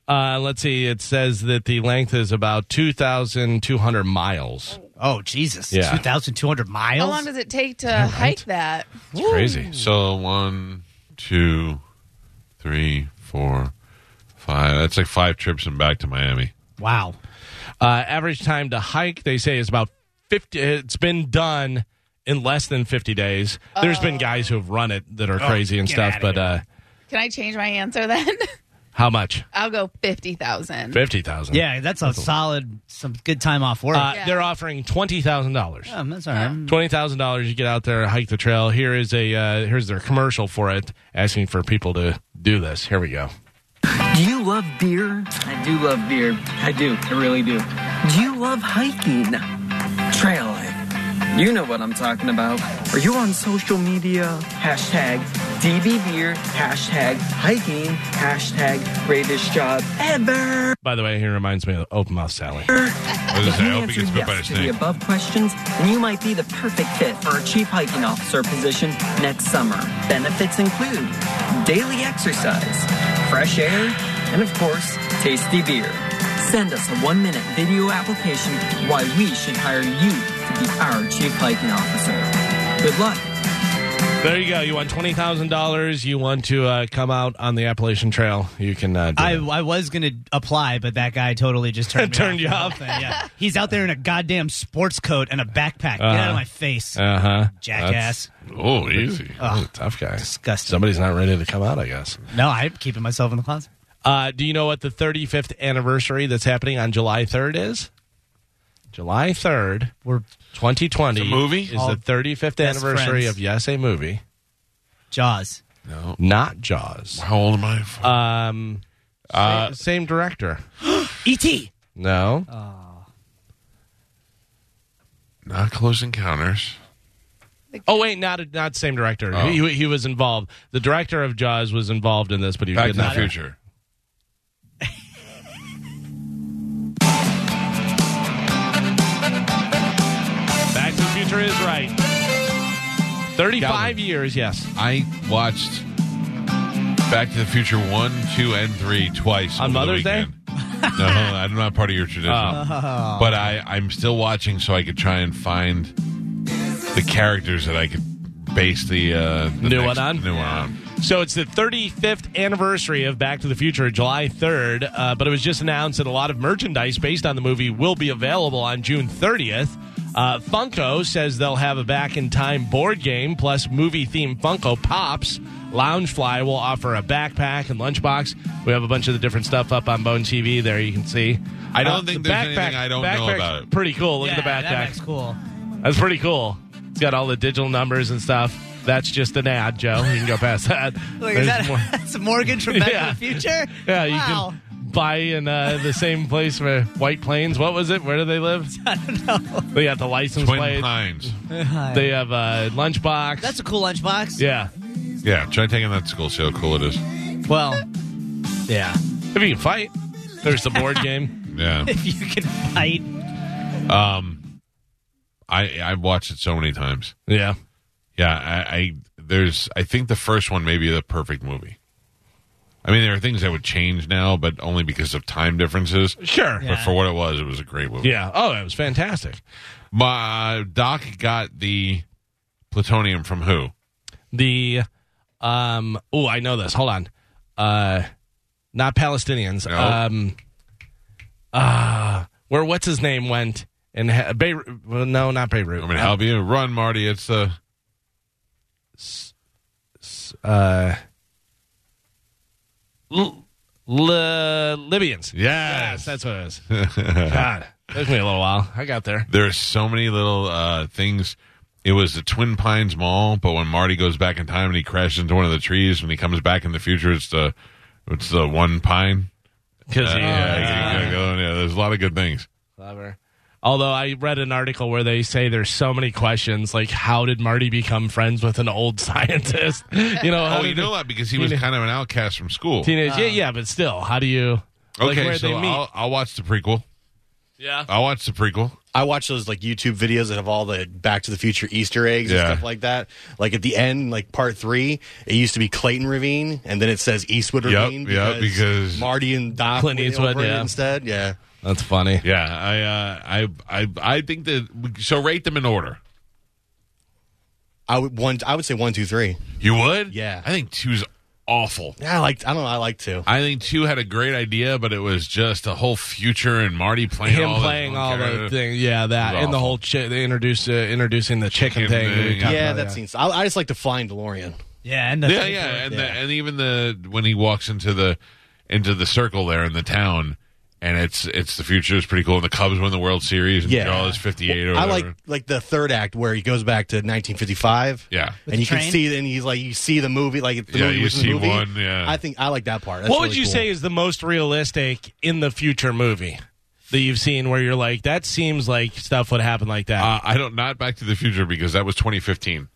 Uh, let's see. It says that the length is about 2,200 miles. Oh, Jesus. Yeah. 2,200 miles? How long does it take to hike that? It's crazy. So one, two, three, four, five. That's like five trips and back to Miami. wow. Uh, average time to hike, they say, is about 50. It's been done in less than 50 days. There's been guys who have run it that are crazy and Oh, get stuff, outta but uh, Can I change my answer then? [LAUGHS] how much? I'll go fifty thousand. 50,000. Yeah, that's a solid, some good time off work. Uh, Yeah. They're offering $20,000. Um, that's all right. Twenty thousand dollars, you get out there, hike the trail. Here is a uh, here's their commercial for it, asking for people to do this. Here we go. Do you love beer? I do love beer. I do. I really do. Do you love hiking? Trailing. You know what I'm talking about. Are you on social media? Hashtag DBBeer, hashtag hiking, hashtag greatest job ever. By the way, he reminds me of Open [LAUGHS] Mouth Sally. What is If that? I you hope answer he gets bit by a yes to the snake. above questions, then you might be the perfect fit for a chief hiking officer position next summer. Benefits include daily exercise, fresh air, and of course, tasty beer. Send us a one minute video application why we should hire you to be our chief hiking officer. Good luck. There you go. You want twenty thousand dollars. You want to uh, come out on the Appalachian Trail. You can. Uh, do I, that. I was gonna apply, but that guy totally just [LAUGHS] turned me Turned off you the whole off? thing, [LAUGHS] Yeah, he's out there in a goddamn sports coat and a backpack. Get out Uh-huh. of my face, uh-huh. jackass! Oh, easy. That's a tough guy. Disgusting. Somebody's not ready to come out. I guess. No, I'm keeping myself in the closet. Uh, do you know what the thirty fifth anniversary that's happening on July third is? July third, We're twenty twenty. It's a movie? is All the thirty fifth best anniversary friends. of Yes, a movie. Jaws. No. Not Jaws. Oh. How old am I? Um, Uh, sa- [GASPS] same director. E E.T. No. Not Close Encounters. Oh wait, not not same director. Oh. He, he was involved. The director of Jaws was involved in this, but he Back did to the not. Future. Back to the Future is right. Thirty-five years, yes. I watched Back to the Future 1, 2, and 3 twice. On over the Mother's Day? Oh. weekend. no, I'm not part of your tradition. But I, I'm still watching so I could try and find the characters that I could base the, uh, the New next one on? New one on. So it's the 35th anniversary of Back to the Future, July 3rd. Uh, but it was just announced that a lot of merchandise based on the movie will be available on June 30th. Uh, Funko says they'll have a back in time board game plus movie themed Funko Pops. Loungefly will offer a backpack and lunchbox. We have a bunch of the different stuff up on Bone TV there you can see. I don't think there's anything I don't know Uh, backpack's about it. Pretty cool. Look yeah, at the backpack. That looks cool. That's pretty cool. It's got all the digital numbers and stuff. That's just an ad, Joe. You can go past [LAUGHS] that. Look, There's is that more- that's Morgan from Back Yeah. to the Future? [LAUGHS] [LAUGHS] yeah, you wow. can buy in uh, the same place where White Plains. What was it? Where do they [LAUGHS] live? I don't know. They got the license Twin plate. Pines. They have a lunchbox. That's a cool lunchbox. yeah. Yeah, try taking that to school, see how cool it is. Well, yeah. If you can fight, there's the board [LAUGHS] game. Yeah. If you can fight, Um, I, I've watched it so many times. Yeah. Yeah, I, I there's I think the first one may be the perfect movie. I mean, there are things that would change now, but only because of time differences. Sure. Yeah. But for what it was, it was a great movie. Yeah. Oh, that was fantastic. My Doc got the plutonium from who? The um oh, I know this. Hold on. Uh not Palestinians. No. Um uh where what's his name went and ha- Beirut well, no, not Beirut. I mean, help you run, Marty. It's uh, uh L- Li- Libyans. yes. that's what [LAUGHS] it is. God. Took me a little while. I got there. there are so many little uh, things. It was the Twin Pines Mall, but when Marty goes back in time and he crashes into one of the trees, when he comes back in the future, it's the it's the one pine. Cuz Uh, yeah, you gotta go, yeah, [LAUGHS] there's a lot of good things. Clever. Although I read an article where they say there's so many questions, like how did Marty become friends with an old [LAUGHS] scientist? You know, uh, how Oh, you did- know that because he was Teen- kind of an outcast from school. teenage. Uh. yeah, yeah, but still, how do you? like, okay, where so they meet? I'll, I'll watch the prequel. yeah, I'll watch the prequel. I watch those like YouTube videos that have all the Back to the Future Easter eggs Yeah. and stuff like that. Like at the end, like part three, it used to be Clayton Ravine, and then it says Eastwood Yep, Ravine yep, because- Marty and Doc Clint went Eastwood, over it yeah. instead. Yeah, that's funny. Yeah, I, uh, I, I, I think that. we- So rate them in order. I would one. I would say one, two, three. You would? Yeah. I think two's awful. Yeah, I like. I don't know. I like two. I think two had a great idea, but it was just a whole future and Marty playing Him all playing this all the thing, yeah, that It was and the awful. whole chi- they introduced uh, introducing the chicken, Chicken thing. that we thing, talked yeah, about, that seems. I, I just like the flying DeLorean. yeah, and the Oh, Yeah, yeah, and The, yeah. and even the when he walks into the into the circle there in the town, and it's it's the future is pretty cool. And the Cubs win the World Series, and Yeah. Jaw is fifty eight. I like like the third act where he goes back to 1955. Yeah. and With the you train? can see, and he's like, you see the movie, like the Yeah, movie you was in see the movie. one, yeah. I think I like that part. That's What would really you cool. say is the most realistic in the future movie that you've seen where you're like, that seems like stuff would happen like that? Uh, I don't not Back to the Future because that was 2015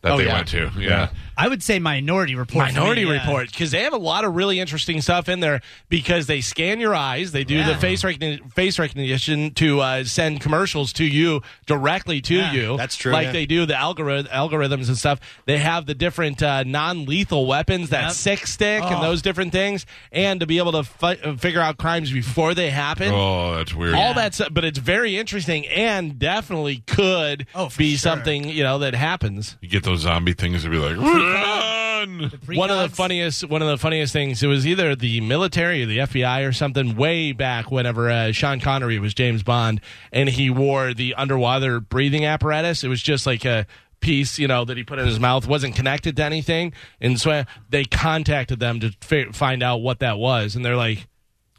that Oh, they yeah. went to. Yeah. I would say Minority Report. for Minority me, yeah. Report because they have a lot of really interesting stuff in there because they scan your eyes, they do the face recogni- face recognition to uh, send commercials to you directly to you. that's true, Like yeah. they do the algorithm algorithms and stuff. They have the different uh, non lethal weapons that Yep. Oh. six stick and those different things, and to be able to fi- uh, figure out crimes before they happen. Oh, that's weird. All that stuff, but it's very interesting and definitely could Oh, for be sure. something you know that happens. You get those zombie things to be like, run. one of Precogs? the funniest one of the funniest things it was either the military or the FBI or something way back whenever uh, Sean Connery was James Bond and he wore the underwater breathing apparatus it was just like a piece you know that he put in his mouth wasn't connected to anything and so they contacted them to fi- find out what that was and they're like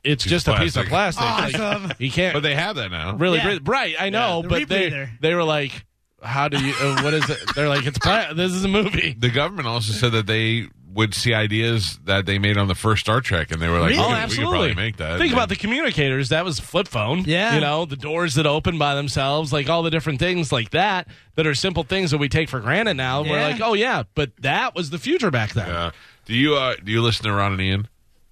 it's just a piece of plastic Awesome. like, you can't But they have that now. really Yeah. breathe. Right, I know, the but they rebreather. they were like how do you uh, what is it they're like it's pla- this is a movie The government also said that they would see ideas that they made on the first Star Trek, and they were like, oh, "We could- we could absolutely. probably make that." Think And about the communicators. That was flip phone. Yeah. You know, the doors that open by themselves, like all the different things like that, that are simple things that we take for granted now. We're Yeah. like, oh, yeah, but that was the future back then. Uh, do you uh, do you listen to Ron and Ian?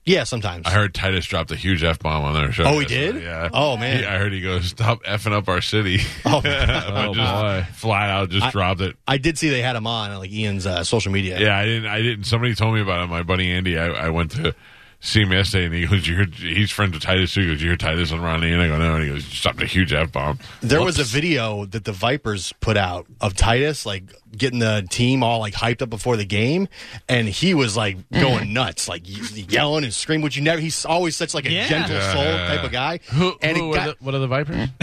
Yeah, sometimes. I heard Titus dropped a huge f bomb on their show. Oh, he yesterday. did? Yeah. Oh, man. He- I heard he goes, "Stop effing up our city." [LAUGHS] Oh, But [LAUGHS] just flat out, just I- dropped it. I did see they had him on like Ian's uh, social media. Yeah, I didn't. I didn't. Somebody told me about it. My buddy Andy. I, I went to see him yesterday, and he goes, "You heard? He's friends with Titus too." He goes, "You heard Titus on Ronnie?" And I go, "No." And he goes, "Just "Dropped a huge f bomb." There was a video that the Vipers put out of Titus like getting the team all like hyped up before the game, and he was like Mm. going nuts, like ye- yelling and screaming. Which you never—he's always such like a Yeah. gentle soul type of guy. Who, and who it were got the, what are the Vipers? [LAUGHS]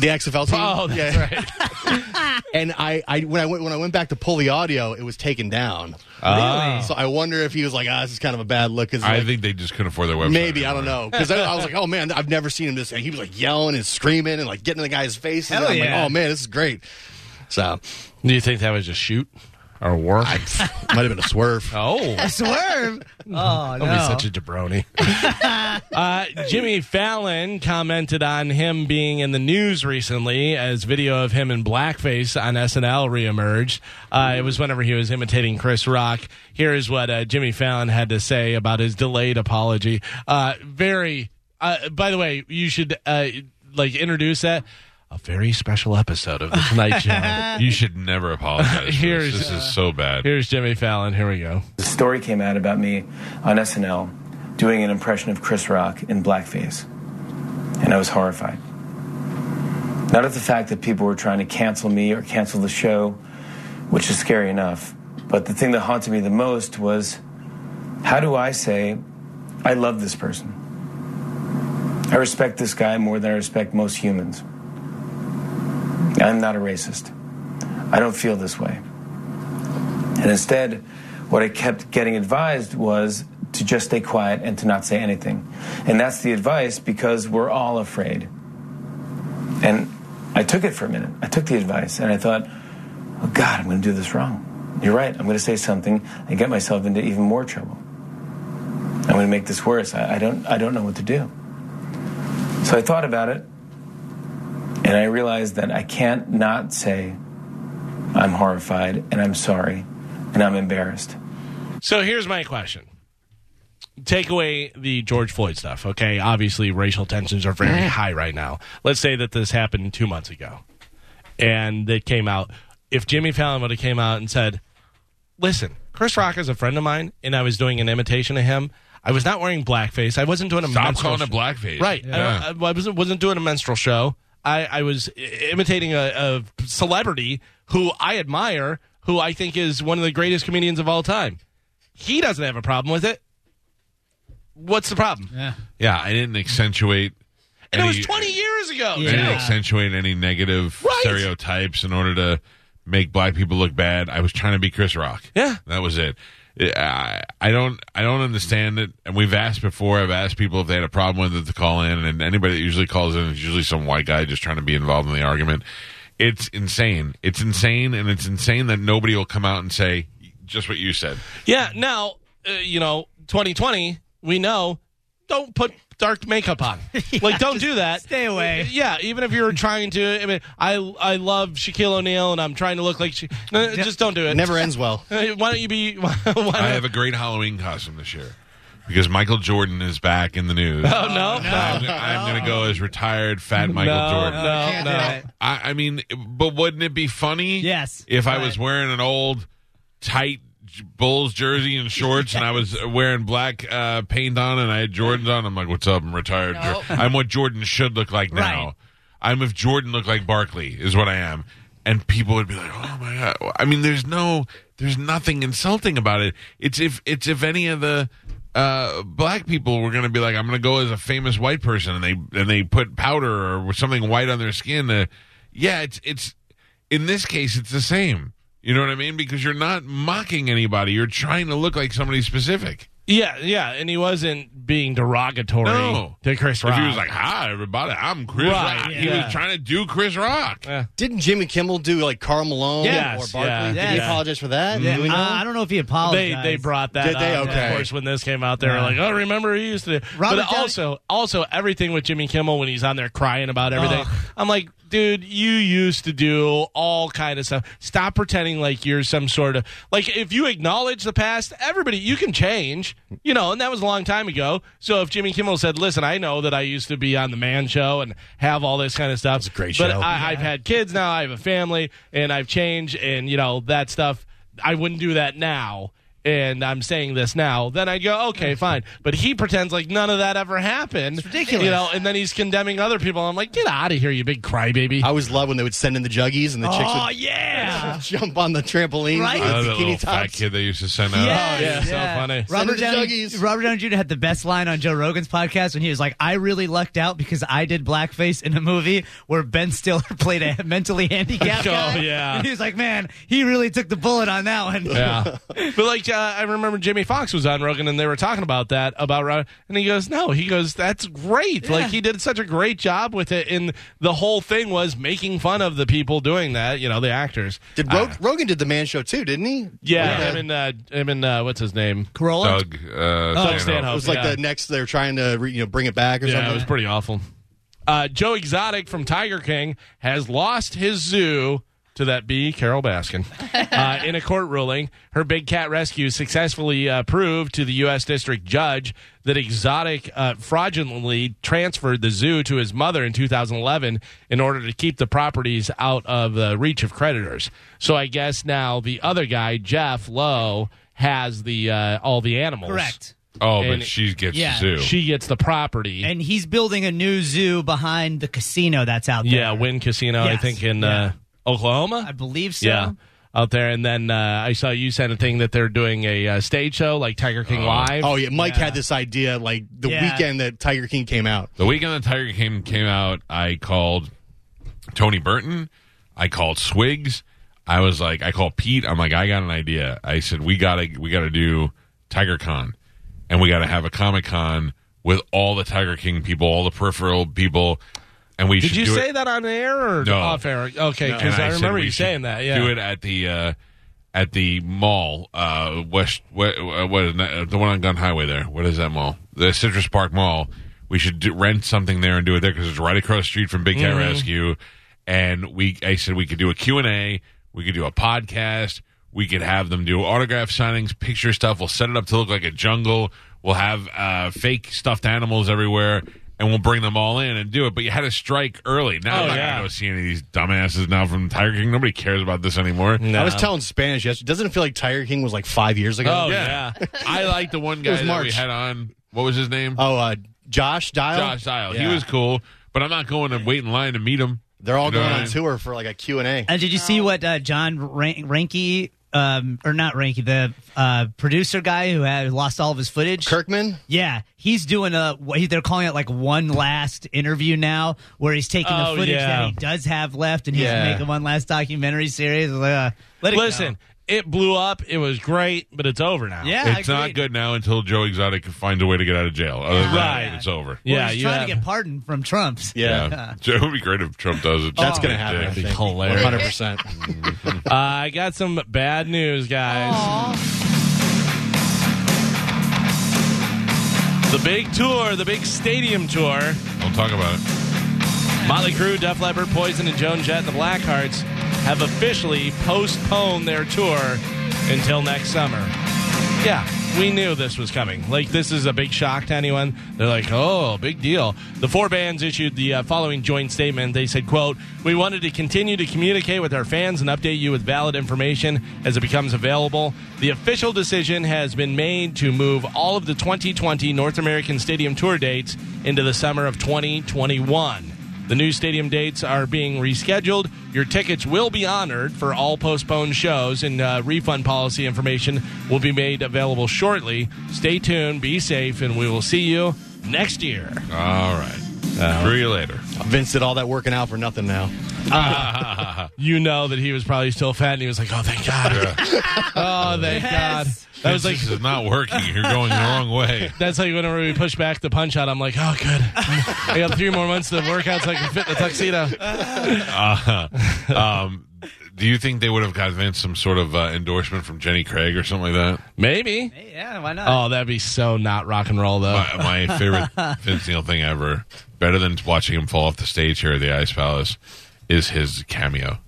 the XFL team. Oh, that's yeah. [LAUGHS] and I, I when I went when I went back to pull the audio, it was taken down. Ah. Really? So I wonder if he was like, "Ah, this is kind of a bad look." 'cause, I like, think they just couldn't afford their website. Maybe I anymore. don't know because I, I was like, oh man, I've never seen him this. And he was like yelling and screaming and like getting in the guy's face. And Hell I'm yeah. like, oh man, this is great. So Do you think that was just shoot or work? I might have been a swerve. [LAUGHS] oh. Swerve. Oh [LAUGHS] Don't be no. such a jabroni. [LAUGHS] uh, Jimmy Fallon commented on him being in the news recently as video of him in blackface on SNL reemerged. Uh, it was whenever he was imitating Chris Rock. Here is what uh, Jimmy Fallon had to say about his delayed apology. Uh, very. Uh, by the way, you should uh, like introduce that. A very special episode of the Tonight Show. [LAUGHS] You should never apologize. for Here's, uh, this. this is so bad. Here's Jimmy Fallon. Here we go. The story came out about me on SNL doing an impression of Chris Rock in blackface. And I was horrified. Not at the fact that people were trying to cancel me or cancel the show, which is scary enough, but the thing that haunted me the most was how do I say, I love this person? I respect this guy more than I respect most humans. I'm not a racist. I don't feel this way. And instead, what I kept getting advised was to just stay quiet and to not say anything. And that's the advice because we're all afraid. And I took it for a minute. I took the advice and I thought, oh God, I'm going to do this wrong. You're right. I'm going to say something and get myself into even more trouble. I'm going to make this worse. I, I, don't, I don't know what to do. So I thought about it and I realized that I can't not say, I'm horrified and I'm sorry and I'm embarrassed. So here's my question. Take away the George Floyd stuff, okay? Obviously, racial tensions are very high right now. Let's say that this happened two months ago, and it came out. If Jimmy Fallon would have came out and said, "Listen, Chris Rock is a friend of mine, and I was doing an imitation of him. I was not wearing blackface. I wasn't doing a Stop menstrual calling it sh- blackface. Right. I Yeah. don't- I, I wasn't, wasn't doing a menstrual show. I, I was i- imitating a, a celebrity who I admire, who I think is one of the greatest comedians of all time. He doesn't have a problem with it. What's the problem? Yeah. yeah, I didn't accentuate. And it was any- 20 years ago. I didn't Yeah. accentuate any negative Right. stereotypes in order to make black people look bad. I was trying to be Chris Rock. Yeah. that was it. I, I don't I don't understand it. And we've asked before. I've asked people if they had a problem with it to call in, and anybody that usually calls in is usually some white guy just trying to be involved in the argument. It's insane. It's insane, and it's insane that nobody will come out and say just what you said. Yeah. Now, uh, you know, 2020, we know don't put dark makeup [LAUGHS] on. like, don't do that. stay away. Uh, Yeah. Even if you're trying to, I mean, I, I love Shaquille O'Neal and I'm trying to look like she. no, just don't do it. It never ends well. Uh, [LAUGHS] Why don't you be? Why don't, I have a great Halloween costume this year because Michael Jordan is back in the news. oh no, I'm, I'm going to go as retired fat Michael no, Jordan. no, Can't do no. it. I, I mean, but wouldn't it be funny? Yes. If I Right. was wearing an old tight j- Bulls jersey and shorts, and I was wearing black uh, paint on, and I had Jordans on, I'm like, "What's up? I'm retired. Jor- I'm what Jordan should look like now. Right. I'm if Jordan looked like Barkley is what I am." And people would be like, "Oh my god!" I mean, there's no, there's nothing insulting about it. It's if it's if any of the uh, black people were going to be like, "I'm going to go as a famous white person," and they and they put powder or something white on their skin. To, yeah, it's it's in this case, it's the same. You know what I mean? Because you're not mocking anybody. You're trying to look like somebody specific. Yeah, yeah, and he wasn't being derogatory No. to Chris Rock. If he was like, "Hi, everybody, I'm Chris Right, Rock," he yeah. was trying to do Chris Rock. Didn't Jimmy Kimmel do like Carl Malone Yes, or Barkley? yeah, Did he yeah. Mm-hmm. apologize for that? Do we know? Uh, I don't know if he they apologized. they brought that. Did they? up, Okay. Of course, when this came out, they were Yeah. like, "Oh, remember he used to." Robert but Downey- also, also everything with Jimmy Kimmel when he's on there crying about everything. Ugh. I'm like, dude, you used to do all kind of stuff. Stop pretending like you're some sort of like. If you acknowledge the past, everybody you can change. You know, and that was a long time ago. So if Jimmy Kimmel said, "Listen, I know that I used to be on the Man Show and have all this kind of stuff," it's a great but show. I, I've had kids now. I have a family, and I've changed, and you know that stuff. I wouldn't do that now, and I'm saying this now. Then I'd go, okay, fine. But he pretends like none of that ever happened. It's ridiculous. you know. And then he's condemning other people. I'm like, get out of here, you big crybaby. I always loved when they would send in the juggies and the chicks Oh would yeah. [LAUGHS] jump on the trampoline Right. with I love the that little bikini fat tops. kid they used to send out. Yes, Oh, yeah, so funny. Send it Robert to Downey, Juggies. Robert Downey Jr. had the best line on Joe Rogan's podcast when he was like, "I really lucked out because I did blackface in a movie where Ben Stiller [LAUGHS] played a mentally handicapped Oh, guy." yeah. and he was like, "Man, he really took the bullet on that one." Yeah, [LAUGHS] but like uh, I remember Jimmy Fox was on Rogan and they were talking about that about Ro- and he goes, "No, he goes, that's great. Like he did such a great job with it, and the whole thing was making fun of the people doing that. You know, the actors. Did Rog- Rogan did the man show too, didn't he? Yeah, him and uh, him and uh, what's his name? Corolla. Doug, uh, Stanhope. Oh, Stanhope. It was like Yeah. the next they were trying to re, you know bring it back or Yeah, something. it was pretty awful. Uh, Joe Exotic from Tiger King has lost his zoo to that bee, Carol [LAUGHS] Baskin. Uh, in a court ruling, her big cat rescue successfully uh, proved to the U.S. District Judge that Exotic uh, fraudulently transferred the zoo to his mother in 2011 in order to keep the properties out of the reach of creditors. So I guess now the other guy, Jeff Lowe, has the uh, all the animals. Correct. Oh, but And- she gets Yeah. the zoo. She gets the property. And he's building a new zoo behind the casino that's out there. Yeah, Wynn Casino, I Yes. think in uh, Oklahoma. I believe so. Yeah, out there. And then uh, I saw you sent a thing that they're doing a uh, stage show like Tiger Uh, King Live. Oh yeah, Mike had this idea like the Yeah. weekend that Tiger King came out. The weekend the Tiger King came out, I called Tony Burton. I called Swigs. I was like, I called Pete. I'm like, I got an idea. I said, we gotta, we gotta do Tiger Con, and we gotta have a Comic Con with all the Tiger King people, all the peripheral people, and we Did should you do say it. that on air or No. off air? Okay, And because I, said remember we you should saying that. Yeah, do it at the uh, at the mall, uh, West. What, what is that, uh, the one on Gun Highway there? What is that mall? The Citrus Park Mall. We should do, rent something there and do it there because it's right across the street from Big Cat Mm-hmm. Rescue. And we, I said we could do a Q and A. We could do a podcast. We could have them do autograph signings, picture stuff. We'll set it up to look like a jungle. We'll have uh, fake stuffed animals everywhere, and we'll bring them all in and do it. But you had to strike early. Now Oh, I'm not yeah. gonna go see any of these dumbasses now from Tiger King. Nobody cares about this anymore. I was telling Spanish yesterday. Doesn't it feel like Tiger King was like five years ago? Oh yeah. [LAUGHS] I like the one guy was that we March. had on. What was his name? Oh, uh, Josh Dial. Josh Dial. Yeah. He was cool, but I'm not going to wait in line to meet him. They're all You know going what I on mean? tour for like a Q and A. And did you see what uh, John Ran- Ranke, um, or not Ranke, the uh, producer guy who had lost all of his footage? Kirkman. Yeah, he's doing a. what he- They're calling it like one last interview now, where he's taking Oh, the footage yeah. that he does have left, and he's Yeah. making one last documentary series. Uh, let it go. Listen, it blew up. It was great, but it's over now. yeah, I It's not agree. good now until Joe Exotic finds a way to get out of jail. Other than that, Right. it's over. Well, yeah. he's you trying have- to get pardoned from Trump's. [LAUGHS] Yeah. Joe it would be great if Trump does it. That's going to Dick. happen. I think. Oh, Hilarious. 100%. [LAUGHS] uh, I got some bad news, Oh. guys. The big tour, the big stadium tour. Don't talk about it. Motley Crue, Def Leppard, Poison, and Joan Jett and the Blackhearts have officially postponed their tour until next summer. Yeah, we knew this was coming. Like, this is a big shock to anyone. They're like, oh, big deal. The four bands issued the uh, following joint statement. They said, quote, We wanted to continue to communicate with our fans and update you with valid information as it becomes available. The official decision has been made to move all of the 2020 North American Stadium Tour dates into the summer of 2021. The new stadium dates are being rescheduled. Your tickets will be honored for all postponed shows, and uh, refund policy information will be made available shortly. Stay tuned, be safe, and we will see you next year. All right. Three later. Uh, Vince did all that working out for nothing now. [LAUGHS] you know that he was probably still fat, and he was like, "Oh, thank God! [LAUGHS] Oh, thank God!" That was like, this is not working. You're going the wrong way. That's like whenever we push back the punch out, I'm like, "Oh, good. I got three more months to work out so I can fit in the tuxedo." [LAUGHS] Uh, um, do you think they would have got Vince some sort of uh, endorsement from Jenny Craig or something like that? Maybe. yeah, why not? Oh, that'd be so not rock and roll, though. My, [LAUGHS] my favorite Vince Neil thing ever, better than watching him fall off the stage here at the Ice Palace, is his cameo.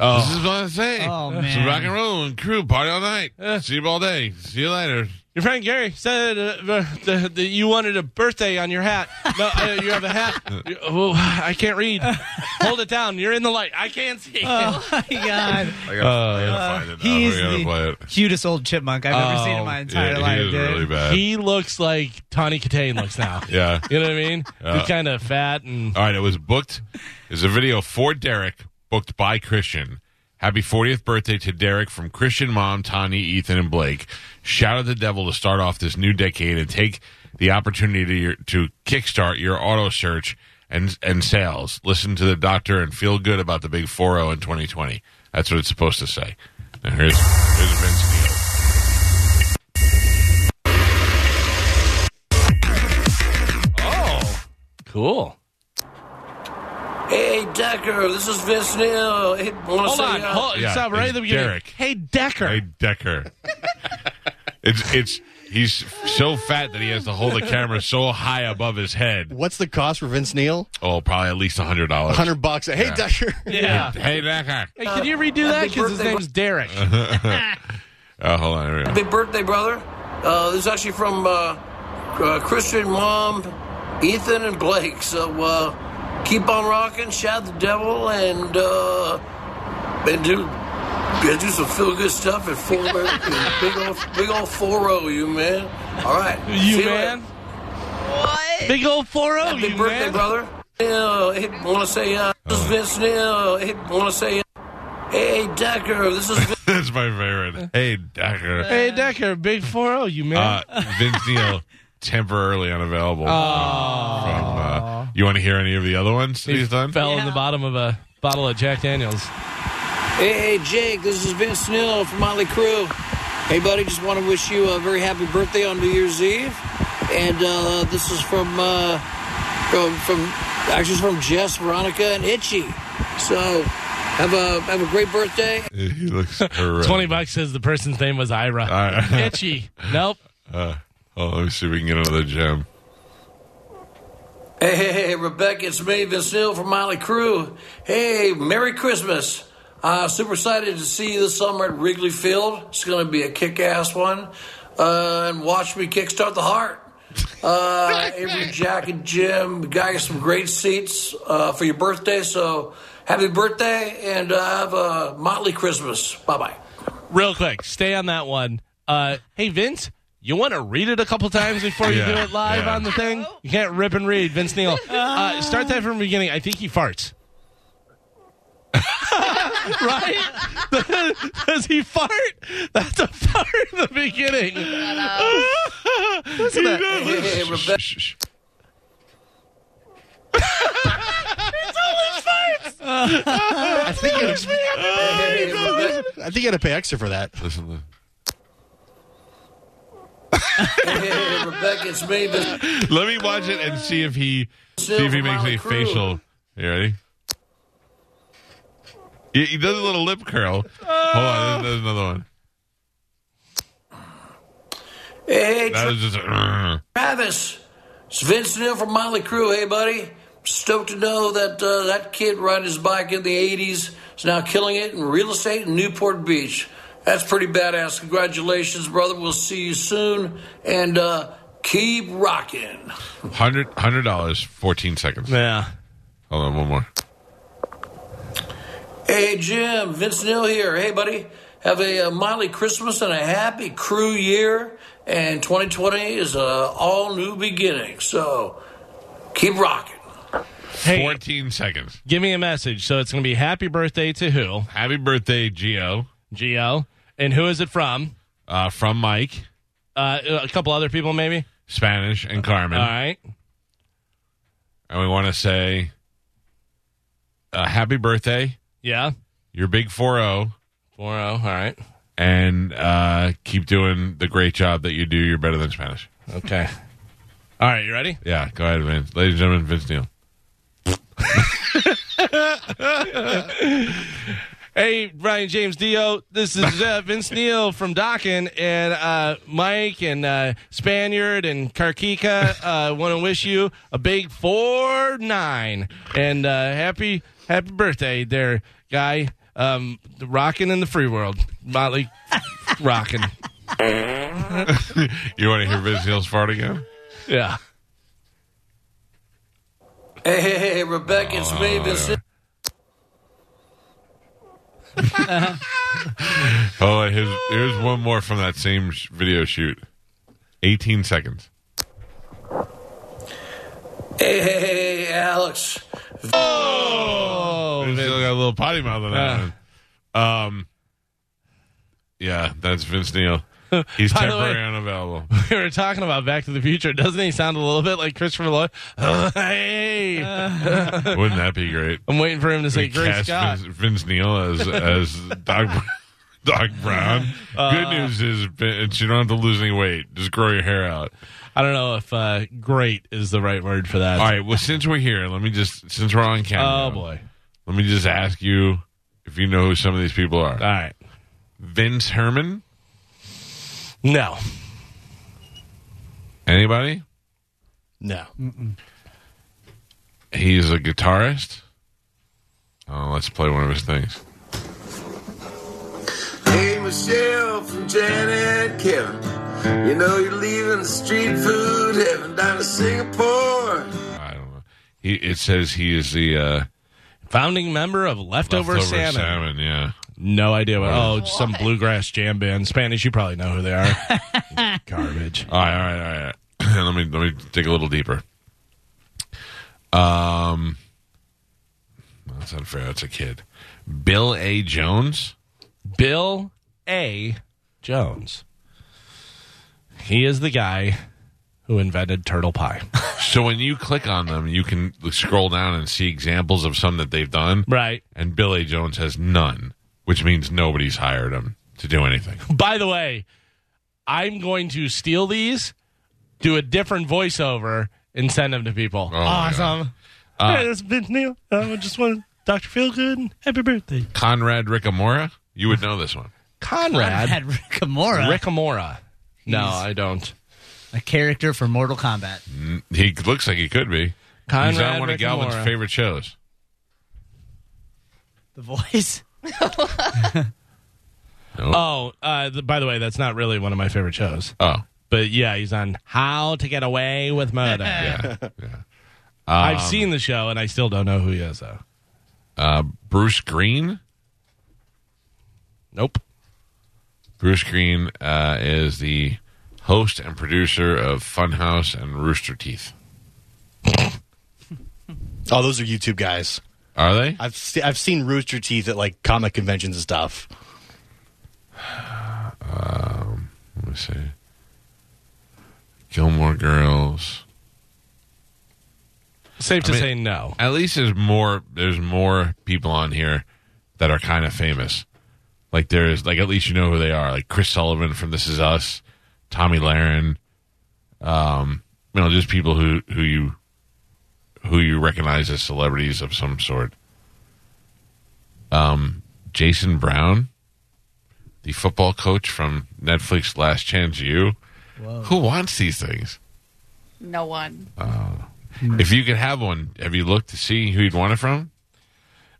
Oh. This is what I say. Oh, It's man. Eh. rock and roll and crew party all night. See you all day. See you later. Your friend Gary said uh, the, the, you wanted a birthday on your hat. No, uh, you have [LAUGHS] a hat. You- oh, I can't read. Hold it down. You're in the light. I can't see. Oh my god, I [LAUGHS] gotta, I gotta find it. now. Uh, he's We gotta the- play it. cutest old chipmunk [LAUGHS] I've ever seen Oh, in my entire yeah, he life, is dude. really bad. He looks like Tawny Katane looks now. [LAUGHS] yeah. You know what I mean? Yeah. He's kind of fat and All right, it was booked. There's a video for Derek, booked by Christian. Happy 40th birthday to Derek from Christian, Mom, Tanya, Ethan, and Blake. Shout out the devil to start off this new decade and take the opportunity to, your, to kickstart your auto search and and sales. Listen to the doctor and feel good about the big 4-0 in 2020. That's what it's supposed to say. And here's, here's Vince Neil. Oh. cool. Hey, Decker, this is Vince Neil. Hey, wanna Hold say, on. uh, Hold, Yeah, stop Oh, right at the it's beginning. Derek. Hey, Decker. Hey [LAUGHS] Decker. it's it's he's so fat that he has to hold the camera so high above his head. What's the cost for Vince Neal? Oh, probably at least a hundred dollars. Hundred bucks. Hey, Yeah. Decker. yeah. [LAUGHS] [LAUGHS] Hey Decker. Hey, can you redo Happy that? Because his birthday, name's Derek. Oh, hold on. Here we go. [LAUGHS] Happy birthday, brother. Uh, this is actually from uh, uh, Christian Mom, Ethan, and Blake. So uh, keep on rocking, shout the devil, and uh, and do and do some feel good stuff at four [LAUGHS] big old big old four zero, you man. All right, you, See man. later. What? Big old 4 0, Happy you birthday, man. brother. Neil, hey, want to say uh, this is Vince Neil. Hey, want to say uh, hey Decker, this is. Vince That's my favorite. Hey Uh, Decker. Hey, Decker. Big 4 0, you man. Uh, Vince Neal temporarily unavailable. From, uh, you want to hear any of the other ones that he's done? fell in the bottom of a bottle of Jack Daniels. Hey, hey, Jake, this is Vince Neil from Motley Crew. Hey, buddy, just want to wish you a very happy birthday on New Year's Eve. And uh, this is from, uh, from, from, actually, it's from Jess, Veronica, and Itchy. So have a, have a great birthday. [LAUGHS] He [LAUGHS] looks horrendous. 20 bucks says the person's name was Ira. Ira. Itchy. Nope. Uh, oh, let me see if we can get another gem. Hey, hey, hey, Rebecca, it's me, Vince Neil from Motley Crew. Hey, Merry Christmas. Uh, super excited to see you this summer at Wrigley Field. It's going to be a kick ass one. Uh, and watch me kickstart the heart. [LAUGHS] Uh, Avery, Jack, and Jim got you some great seats uh, for your birthday. So happy birthday and uh, have a Motley Christmas. Bye bye. [LAUGHS] Real quick, stay on that one. Uh, hey, Vince, you want to read it a couple times before you Yeah, do it live yeah. on the thing? You can't rip and read, Vince Neal. Uh, start that from the beginning. I think he farts. right? [LAUGHS] Does he fart? That's a fart in the beginning. [LAUGHS] Listen to that. Hey, hey, Rebecca. Shh, shh, shh. I think you gotta- I think you gotta pay extra for that. Listen, listen. Hey, hey, hey, Rebecca, it's me, Vince [LAUGHS] Let me watch it and see if he see if he makes a facial. You ready? He, he does a little lip curl. Hold on, there's, there's another one. Hey, That was just uh, a, "Urgh." Travis, it's Vince Neil from Motley Crue. Hey, buddy. Stoked to know that uh, that kid riding his bike in the 80s is now killing it in real estate in Newport Beach. That's pretty badass. Congratulations, brother. We'll see you soon. And uh, keep rocking. hundred hundred dollars, fourteen seconds. Yeah. Hold on, one more. Hey, Jim, Vince Neil here. Hey, buddy. Have a, uh Motley Christmas and a happy crew year. And 2020 is a all new beginning. So keep rocking. Hey, Fourteen seconds. give me a message. So it's going to be happy birthday to who? Happy birthday, Gio, Gio. And who is it from? uh, from Mike, Uh, a couple other people, maybe? Spanish, and Carmen. All right. and we want to say uh, happy birthday. Yeah. Your big 4 0. 4 0. All right. And uh, keep doing the great job that you do. You're better than Spanish. Okay. All right. You ready? Yeah. Go ahead, Vince. Ladies and gentlemen, Vince Neal. [LAUGHS] Hey, Brian James Dio. This is [LAUGHS] uh, Vince Neal from Dockin, and uh, Mike and uh, Spaniard and Karkika uh, want to wish you a big four nine and uh, happy happy birthday, there, guy. Um, rocking in the free world, Motley rocking. [LAUGHS] you want to hear Vince Neal's fart again? Yeah. Hey, hey, hey, Rebecca, it's me, Vince. Oh, here's, here's one more from that same sh- video shoot. 18 seconds. [LAUGHS] Hey, hey, hey, hey, Alex. Oh, Uh. Vince Neil got a little potty mouth on that one. Um, yeah, that's Vince [LAUGHS] Neal. He's By the way- temporarily unavailable. [LAUGHS] we were talking about Back to the Future. Doesn't he sound a little bit like Christopher Lloyd? [LAUGHS] hey, [LAUGHS] Wouldn't that be [LAUGHS] great? I'm waiting for him to say We Great cast Scott. Vince, Vince Neil as as Doc, Doc Brown. Uh, Good news is Vince, you don't have to lose any weight. Just grow your hair out. I don't know if uh, "great" is the right word for that. All right. Well, since we're here, let me just since we're on camera. Oh boy. Let me just ask you if you know who some of these people are. All right. Vince Herman. No. Anybody? No. He's a guitarist. Oh, let's play one of his things. Hey, Michelle from Janet Kevin. You know you're leaving the street food heaven down to Singapore. I don't know. He it says he is the uh, Founding member of Leftover, leftover Salmon. salmon. Yeah. No idea what. Oh, What? some bluegrass jam band. Spanish. You probably know who they are. Garbage. All right, all right, all right, [CLEARS THROAT] all right. let me let me dig a little deeper. Um, that's unfair. That's a kid. Bill A. Jones. Bill A. Jones. He is the guy who invented turtle pie. So when you click on them, you can scroll down and see examples of some that they've done. right. And Bill A. Jones has none, which means nobody's hired him to do anything. By the way, I'm going to steal these, do a different voiceover, and send them to people. Oh, my God. Uh, hey, that's Vince Neil. I just want Dr. Feelgood. Happy birthday. Conrad Rickamora. You would know this one. Conrad. Conrad Rickamora, Rickamora. [LAUGHS] No, I don't. a character from Mortal Kombat. Mm. He looks like he could be. He's on Conrad one of Galvin's Rickamora. favorite shows. The [LAUGHS] voice. Oh, uh, th- by the way, that's not really one of my favorite shows. Oh, But yeah, he's on How to Get Away with Murder. yeah. I've seen the show and I still don't know who he is, though. Um, Uh, Bruce Green. Nope. Bruce Green uh, is the host and producer of Funhouse and Rooster Teeth. Oh, those are YouTube guys. Are they? I've se- I've seen Rooster Teeth at like comic conventions and stuff. Um, Let me see. Gilmore Girls. Safe to I mean- say no. At least there's more. There's more people on here that are kind of famous. Like there is. Like at least you know who they are. Like Chris Sullivan from This Is Us, Tommy Lahren. Um, you know, just people who who you who you recognize as celebrities of some sort. Um, Jason Brown, the football coach from Netflix Last Chance U. Who wants these things? Uh, No one. If you could have one, have you looked to see who you'd want it from?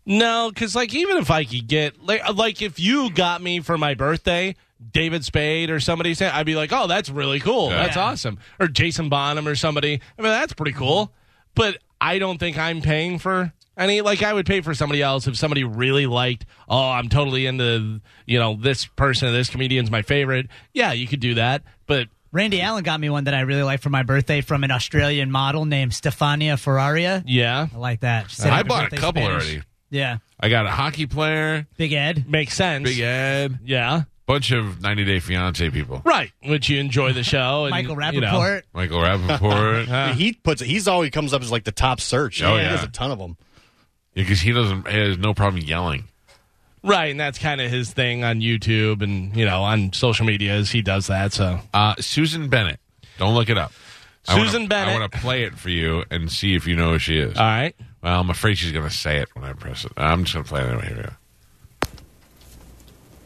No, because like even if I could get like like if you got me for my birthday, David Spade or somebody saying, I'd be like, oh, that's really cool, Yeah. that's awesome, or Jason Bonham or somebody. I mean, that's pretty cool. But I don't think I'm paying for any. Like I would pay for somebody else if somebody really liked. Oh, I'm totally into you know this person, this comedian's my favorite. Yeah, you could do that, but. Randy Allen got me one that I really like for my birthday from an Australian model named Stefania Ferraria. Yeah, I like that. She said, I "Happy bought a birthday, couple Spanish." already. Yeah, I got a hockey player, Big Ed. makes sense. Big Ed, Yeah, bunch of 90 Day Fiance people. Right. Which you enjoy the show. And, Michael you know. Rappaport. Michael [LAUGHS] Rappaport. he puts he's always comes up as like the top search. Oh, He yeah. does a ton of them. Because he doesn't he has no problem yelling. Right, and that's kind of his thing on YouTube and you know on social media is he does that. So Uh, Susan Bennett. Don't look it up. I wanna- Susan Bennett. I want to play it for you and see if you know who she is. All right. Well, I'm afraid she's going to say it when I press it. I'm just going to play it anyway. Here we go.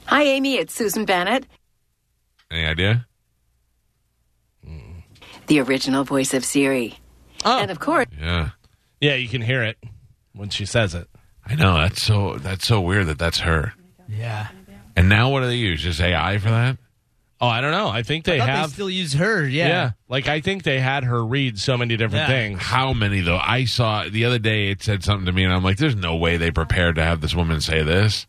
Hi, Amy. It's Susan Bennett, Any idea? the original voice of Siri. And of course, Yeah. Yeah, you can hear it when she says it. I know that's so that's so weird that that's her. Yeah. And now what do they use? Just AI for that? Oh, I don't know. I think they I thought have. they still use her. Yeah. like I think they had her read so many different things. How many though? I saw the other day. It said something to me, and I'm like, "There's no way they prepared to have this woman say this."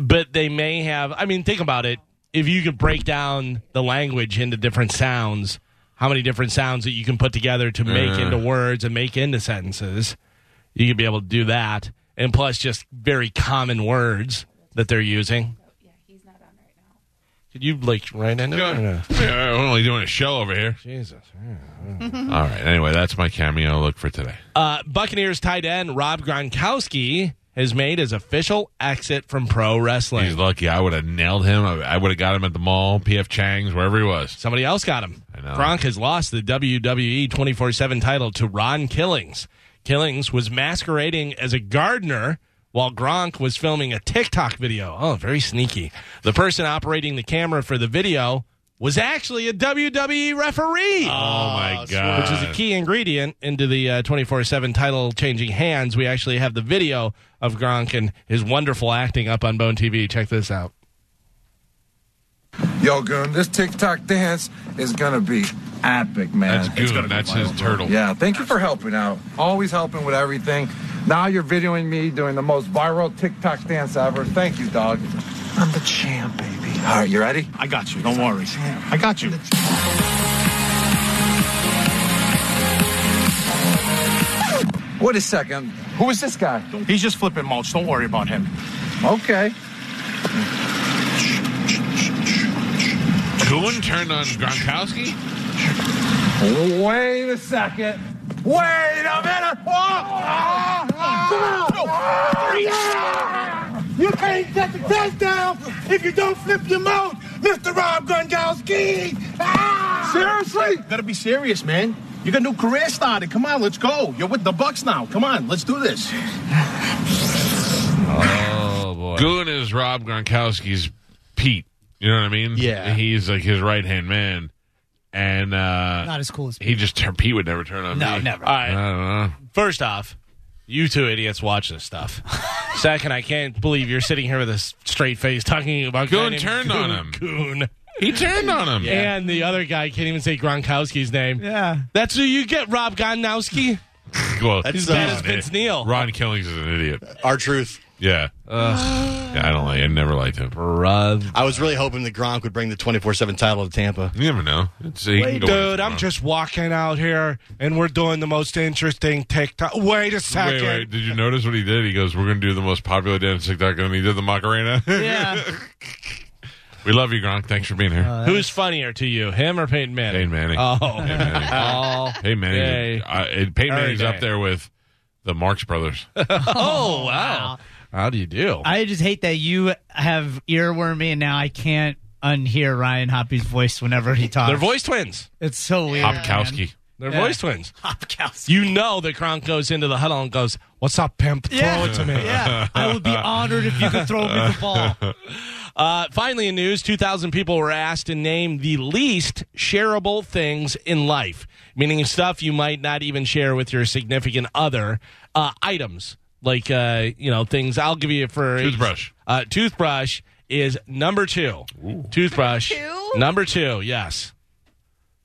but they may have. I mean, think about it. If you could break down the language into different sounds, how many different sounds that you can put together to make Yeah. into words and make into sentences, you could be able to do that. And plus, just very common words that they're using. Could you like right into it? or no? Yeah, we're only doing a show over here. Jesus. [LAUGHS] All right. Anyway, that's my cameo look for today. Uh, Buccaneers tight end Rob Gronkowski has made his official exit from pro wrestling. He's lucky. I would have nailed him. I, I would have got him at the mall, PF Chang's, wherever he was. Somebody else got him. I know. Gronk has lost the WWE 24 7 title to Ron Killings. Killings was masquerading as a gardener while Gronk was filming a TikTok video. Oh, very sneaky. The person operating the camera for the video was actually a WWE referee. Oh, my God. Ah, Which is a key ingredient into the 24 7 title changing hands. We actually have the video of Gronk and his wonderful acting up on Bone TV. Check this out. Yo, goon, this TikTok dance is gonna be epic, man. That's It's gonna Goon. go That's his viral. turtle. Yeah, thank you for helping out. Always helping with everything. Now you're videoing me doing the most viral TikTok dance ever. Thank you, dog. I'm the champ, baby. All right, you ready? I got you. Don't worry. I got you. Wait a second. Who is this guy? He's just flipping mulch. Don't worry about him. Okay. Goon turned on Gronkowski? Wait a second. Wait a minute. Oh, oh, ah, ah, ah. You can't get the touchdown if you don't flip your mouth, Mr. Rob Gronkowski. Seriously? Ah. Gotta be serious, man. You got a new career started. Come on, let's go. You're with the Bucks now. Come on, let's do this. Oh, boy. Goon is Rob Gronkowski's Pete. You know what I mean? Yeah. He's like his right hand man. And uh Not as cool as [LAUGHS] he just turned Pete would never turn on No, me. never. All right. I don't know. First off, you two idiots watch this stuff. Second, I can't believe you're sitting here with a s- straight face talking about Goon guy named turned [LAUGHS] on him. Goon. He turned on him. And the other guy can't even say Gronkowski's name. Yeah. That's who you get, Rob Gronkowski. Well, That's, he's uh, an as idiot. Vince Neil. Ron Killings is an idiot. Our truth. Yeah. yeah I don't like. I never liked him. I was really hoping that Gronk would bring the twenty four seven title to Tampa. You never know. It's, he can Wait, go on dude, his I'm own. just walking out here and we're doing the most interesting TikTok. Wait a Wait, second. wait. Did you notice what he did? He goes, "We're going to do the most popular dance TikTok," and he did the Macarena. [LAUGHS] Yeah. we love you, Gronk. Thanks for being here. Uh, Who's funnier to you, him or Peyton Manning? Peyton Manning. Oh. Peyton Manning. [LAUGHS] All Peyton Manning. day. is- I- and Peyton Every Manning's day. up there with the Marx [LAUGHS] Brothers. [LAUGHS] oh, wow. How do you do? I just hate that you have earworm me, and now I can't unhear Ryan Hoppy's voice whenever he talks. They're voice twins. It's so weird. Hopkowski. They're Yeah. voice twins. You know that Gronk goes into the huddle and goes, "What's up, pimp? Throw Yeah. it to me." Yeah. I would be honored if you could throw me the ball. Uh, finally, in news, 2,000 people were asked to name the least shareable things in life, meaning stuff you might not even share with your significant other. Uh, items like uh, you know things. I'll give you for Toothbrush. Uh, toothbrush is number two. Toothbrush number two. Yes.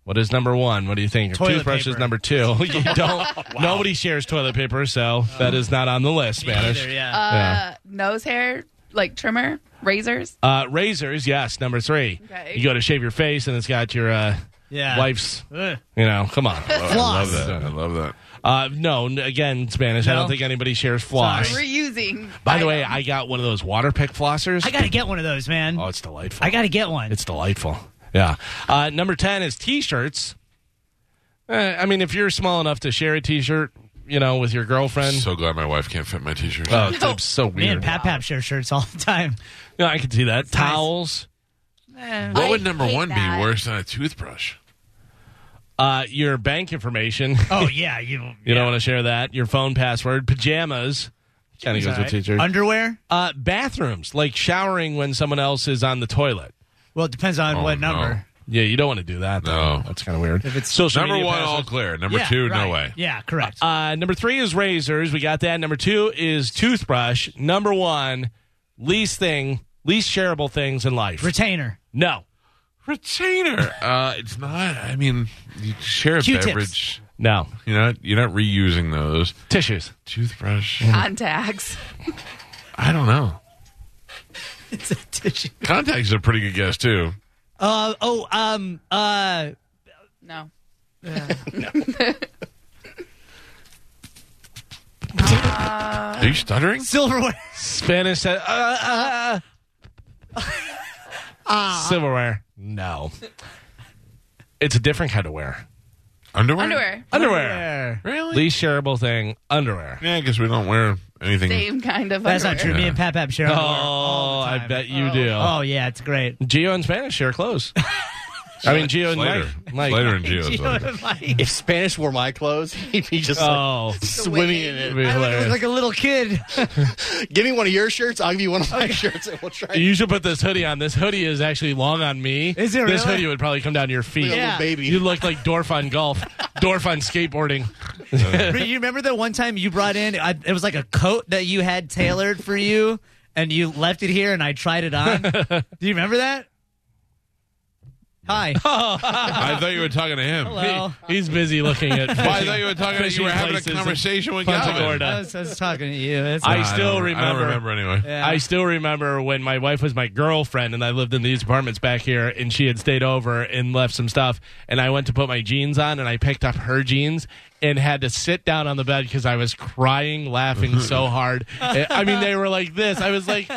What is number one? What do you think? If Toilet toothbrush is paper. number two. [LAUGHS] You don't. Nobody shares toilet paper, so that is not on the list. Spanish. Uh, Nose hair, like trimmer, razors. Uh, razors, yes, number three. Okay. You go to shave your face, and it's got your uh, Yeah. Eh. wife's. Ugh. You know, come on. I love- I love that. I love that. Uh, no, n- again, Spanish. I No? don't think anybody shares floss. Reusing. [LAUGHS] By the way, I got one of those water pick flossers. I gotta get one of those, man. Oh, it's delightful. I gotta get one. It's delightful. Yeah. Uh, number 10 is t shirts. I mean, if you're small enough to share a t shirt, you know, with your girlfriend. So glad my wife can't fit my t-shirt. Oh, it's, it's so Man, weird. Pat Pap shares shirts all the time. No, I can see that. Towels. What would number one be worse than a toothbrush? Uh, your bank information. Oh yeah, you. [LAUGHS] You don't want to share that. Your phone password, pajamas. Kind of goes with Sorry. teachers. Underwear. uh, bathrooms, like showering when someone else is on the toilet. Well, it depends Oh, on what number. Yeah, you don't want to do that. Though. No, that's kind of weird. If it's social number media one, passwords. all clear. Number Yeah, two, right. no way. Yeah, correct. Uh, number three is razors. We got that. Number two is toothbrush. Number one, least thing, least shareable things in life. Retainer. No. [LAUGHS] Retainer. Uh, it's not. I mean, you share a Q-tips. beverage. No, you're not. You're not reusing those tissues, toothbrush. Contacts. I don't know. [LAUGHS] It's a tissue. Contacts is a pretty good guess too. Uh oh. Um. Uh. No. [LAUGHS] Are you Uh, stuttering? Silverware. Spanish said, uh, uh, uh. silverware. No. It's a different kind of wear. Underwear. Underwear. Underwear. Really? Least shareable thing, underwear. Yeah, because we don't wear anything. Same kind of. That's not underwear. true. Me and Pat Pap share. Oh, underwear all the I time. bet you do. Oh yeah, it's great. Geo and Spanish [LAUGHS] share clothes. I mean, Geo and Slater. Mike. Mike. Slater [LAUGHS] and Geo. You know what I'm like? If Spanish wore my clothes, [LAUGHS] he'd be just Oh, like, [LAUGHS] swimming in it. It'd be I hilarious. look like a little kid. [LAUGHS] Give me one of your shirts. I'll give you one of my shirts, and we'll try. you should put this hoodie on. This hoodie is actually long on me. Is it This really? hoodie would probably come down to your feet. Like a little Yeah. baby. You look like Dorf on golf, [LAUGHS] Dorf on skateboarding. [LAUGHS] But you remember that one time you brought in? I, it was like a coat that you had tailored for you, and you left it here, and I tried it [LAUGHS] on. do you remember that? Hi. Uh, [LAUGHS] I thought you were talking to him. Hello. Well- He- he's busy looking at. Why [LAUGHS] I Oh. fishing- thought you were talking. You fishing were having a places in conversation with Punta Galvin. Gorda. I, was, I was talking to you. It's I Nah, still don't- I remember. don't remember anyway. Yeah. I still remember when my wife was my girlfriend and I lived in these apartments back here and she had stayed over and left some stuff and I went to put my jeans on and I picked up her jeans and had to sit down on the bed because I was crying [LAUGHS] laughing so hard. Eh, I mean they were like this. I was like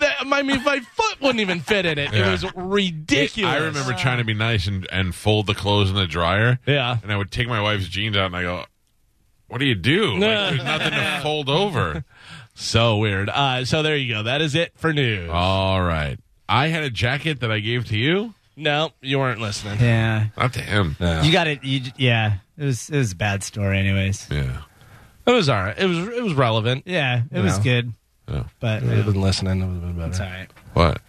that, I mean my foot wouldn't even fit in it. Yeah. It was ridiculous. I remember trying to be nice and, and fold the clothes in the dryer. Yeah. And I would take my wife's jeans out and I go, What do you do? Like, there's nothing [LAUGHS] to fold over. So weird. Uh, so there you go. That is it for news. All right. I had a jacket that I gave to you, no, you weren't listening. yeah. not to him. You got it. You, yeah. It was it was a bad story, anyways. Yeah. It was all right. It was it was relevant. Yeah, it was No. good, Yeah. but If I'd yeah, been listening, it would have been better. it's all right. What?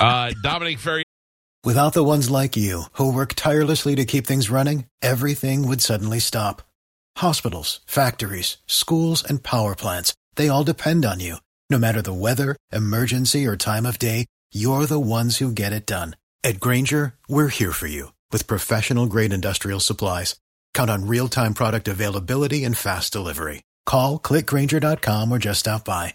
Uh, Dominic Ferry. Without the ones like you, who work tirelessly to keep things running, everything would suddenly stop. Hospitals, factories, schools, and power plants, they all depend on you. No matter the weather, emergency, or time of day, you're the ones who get it done. At Granger, we're here for you with professional grade industrial supplies. Count on real time product availability and fast delivery. Call clickgranger.com or just stop by.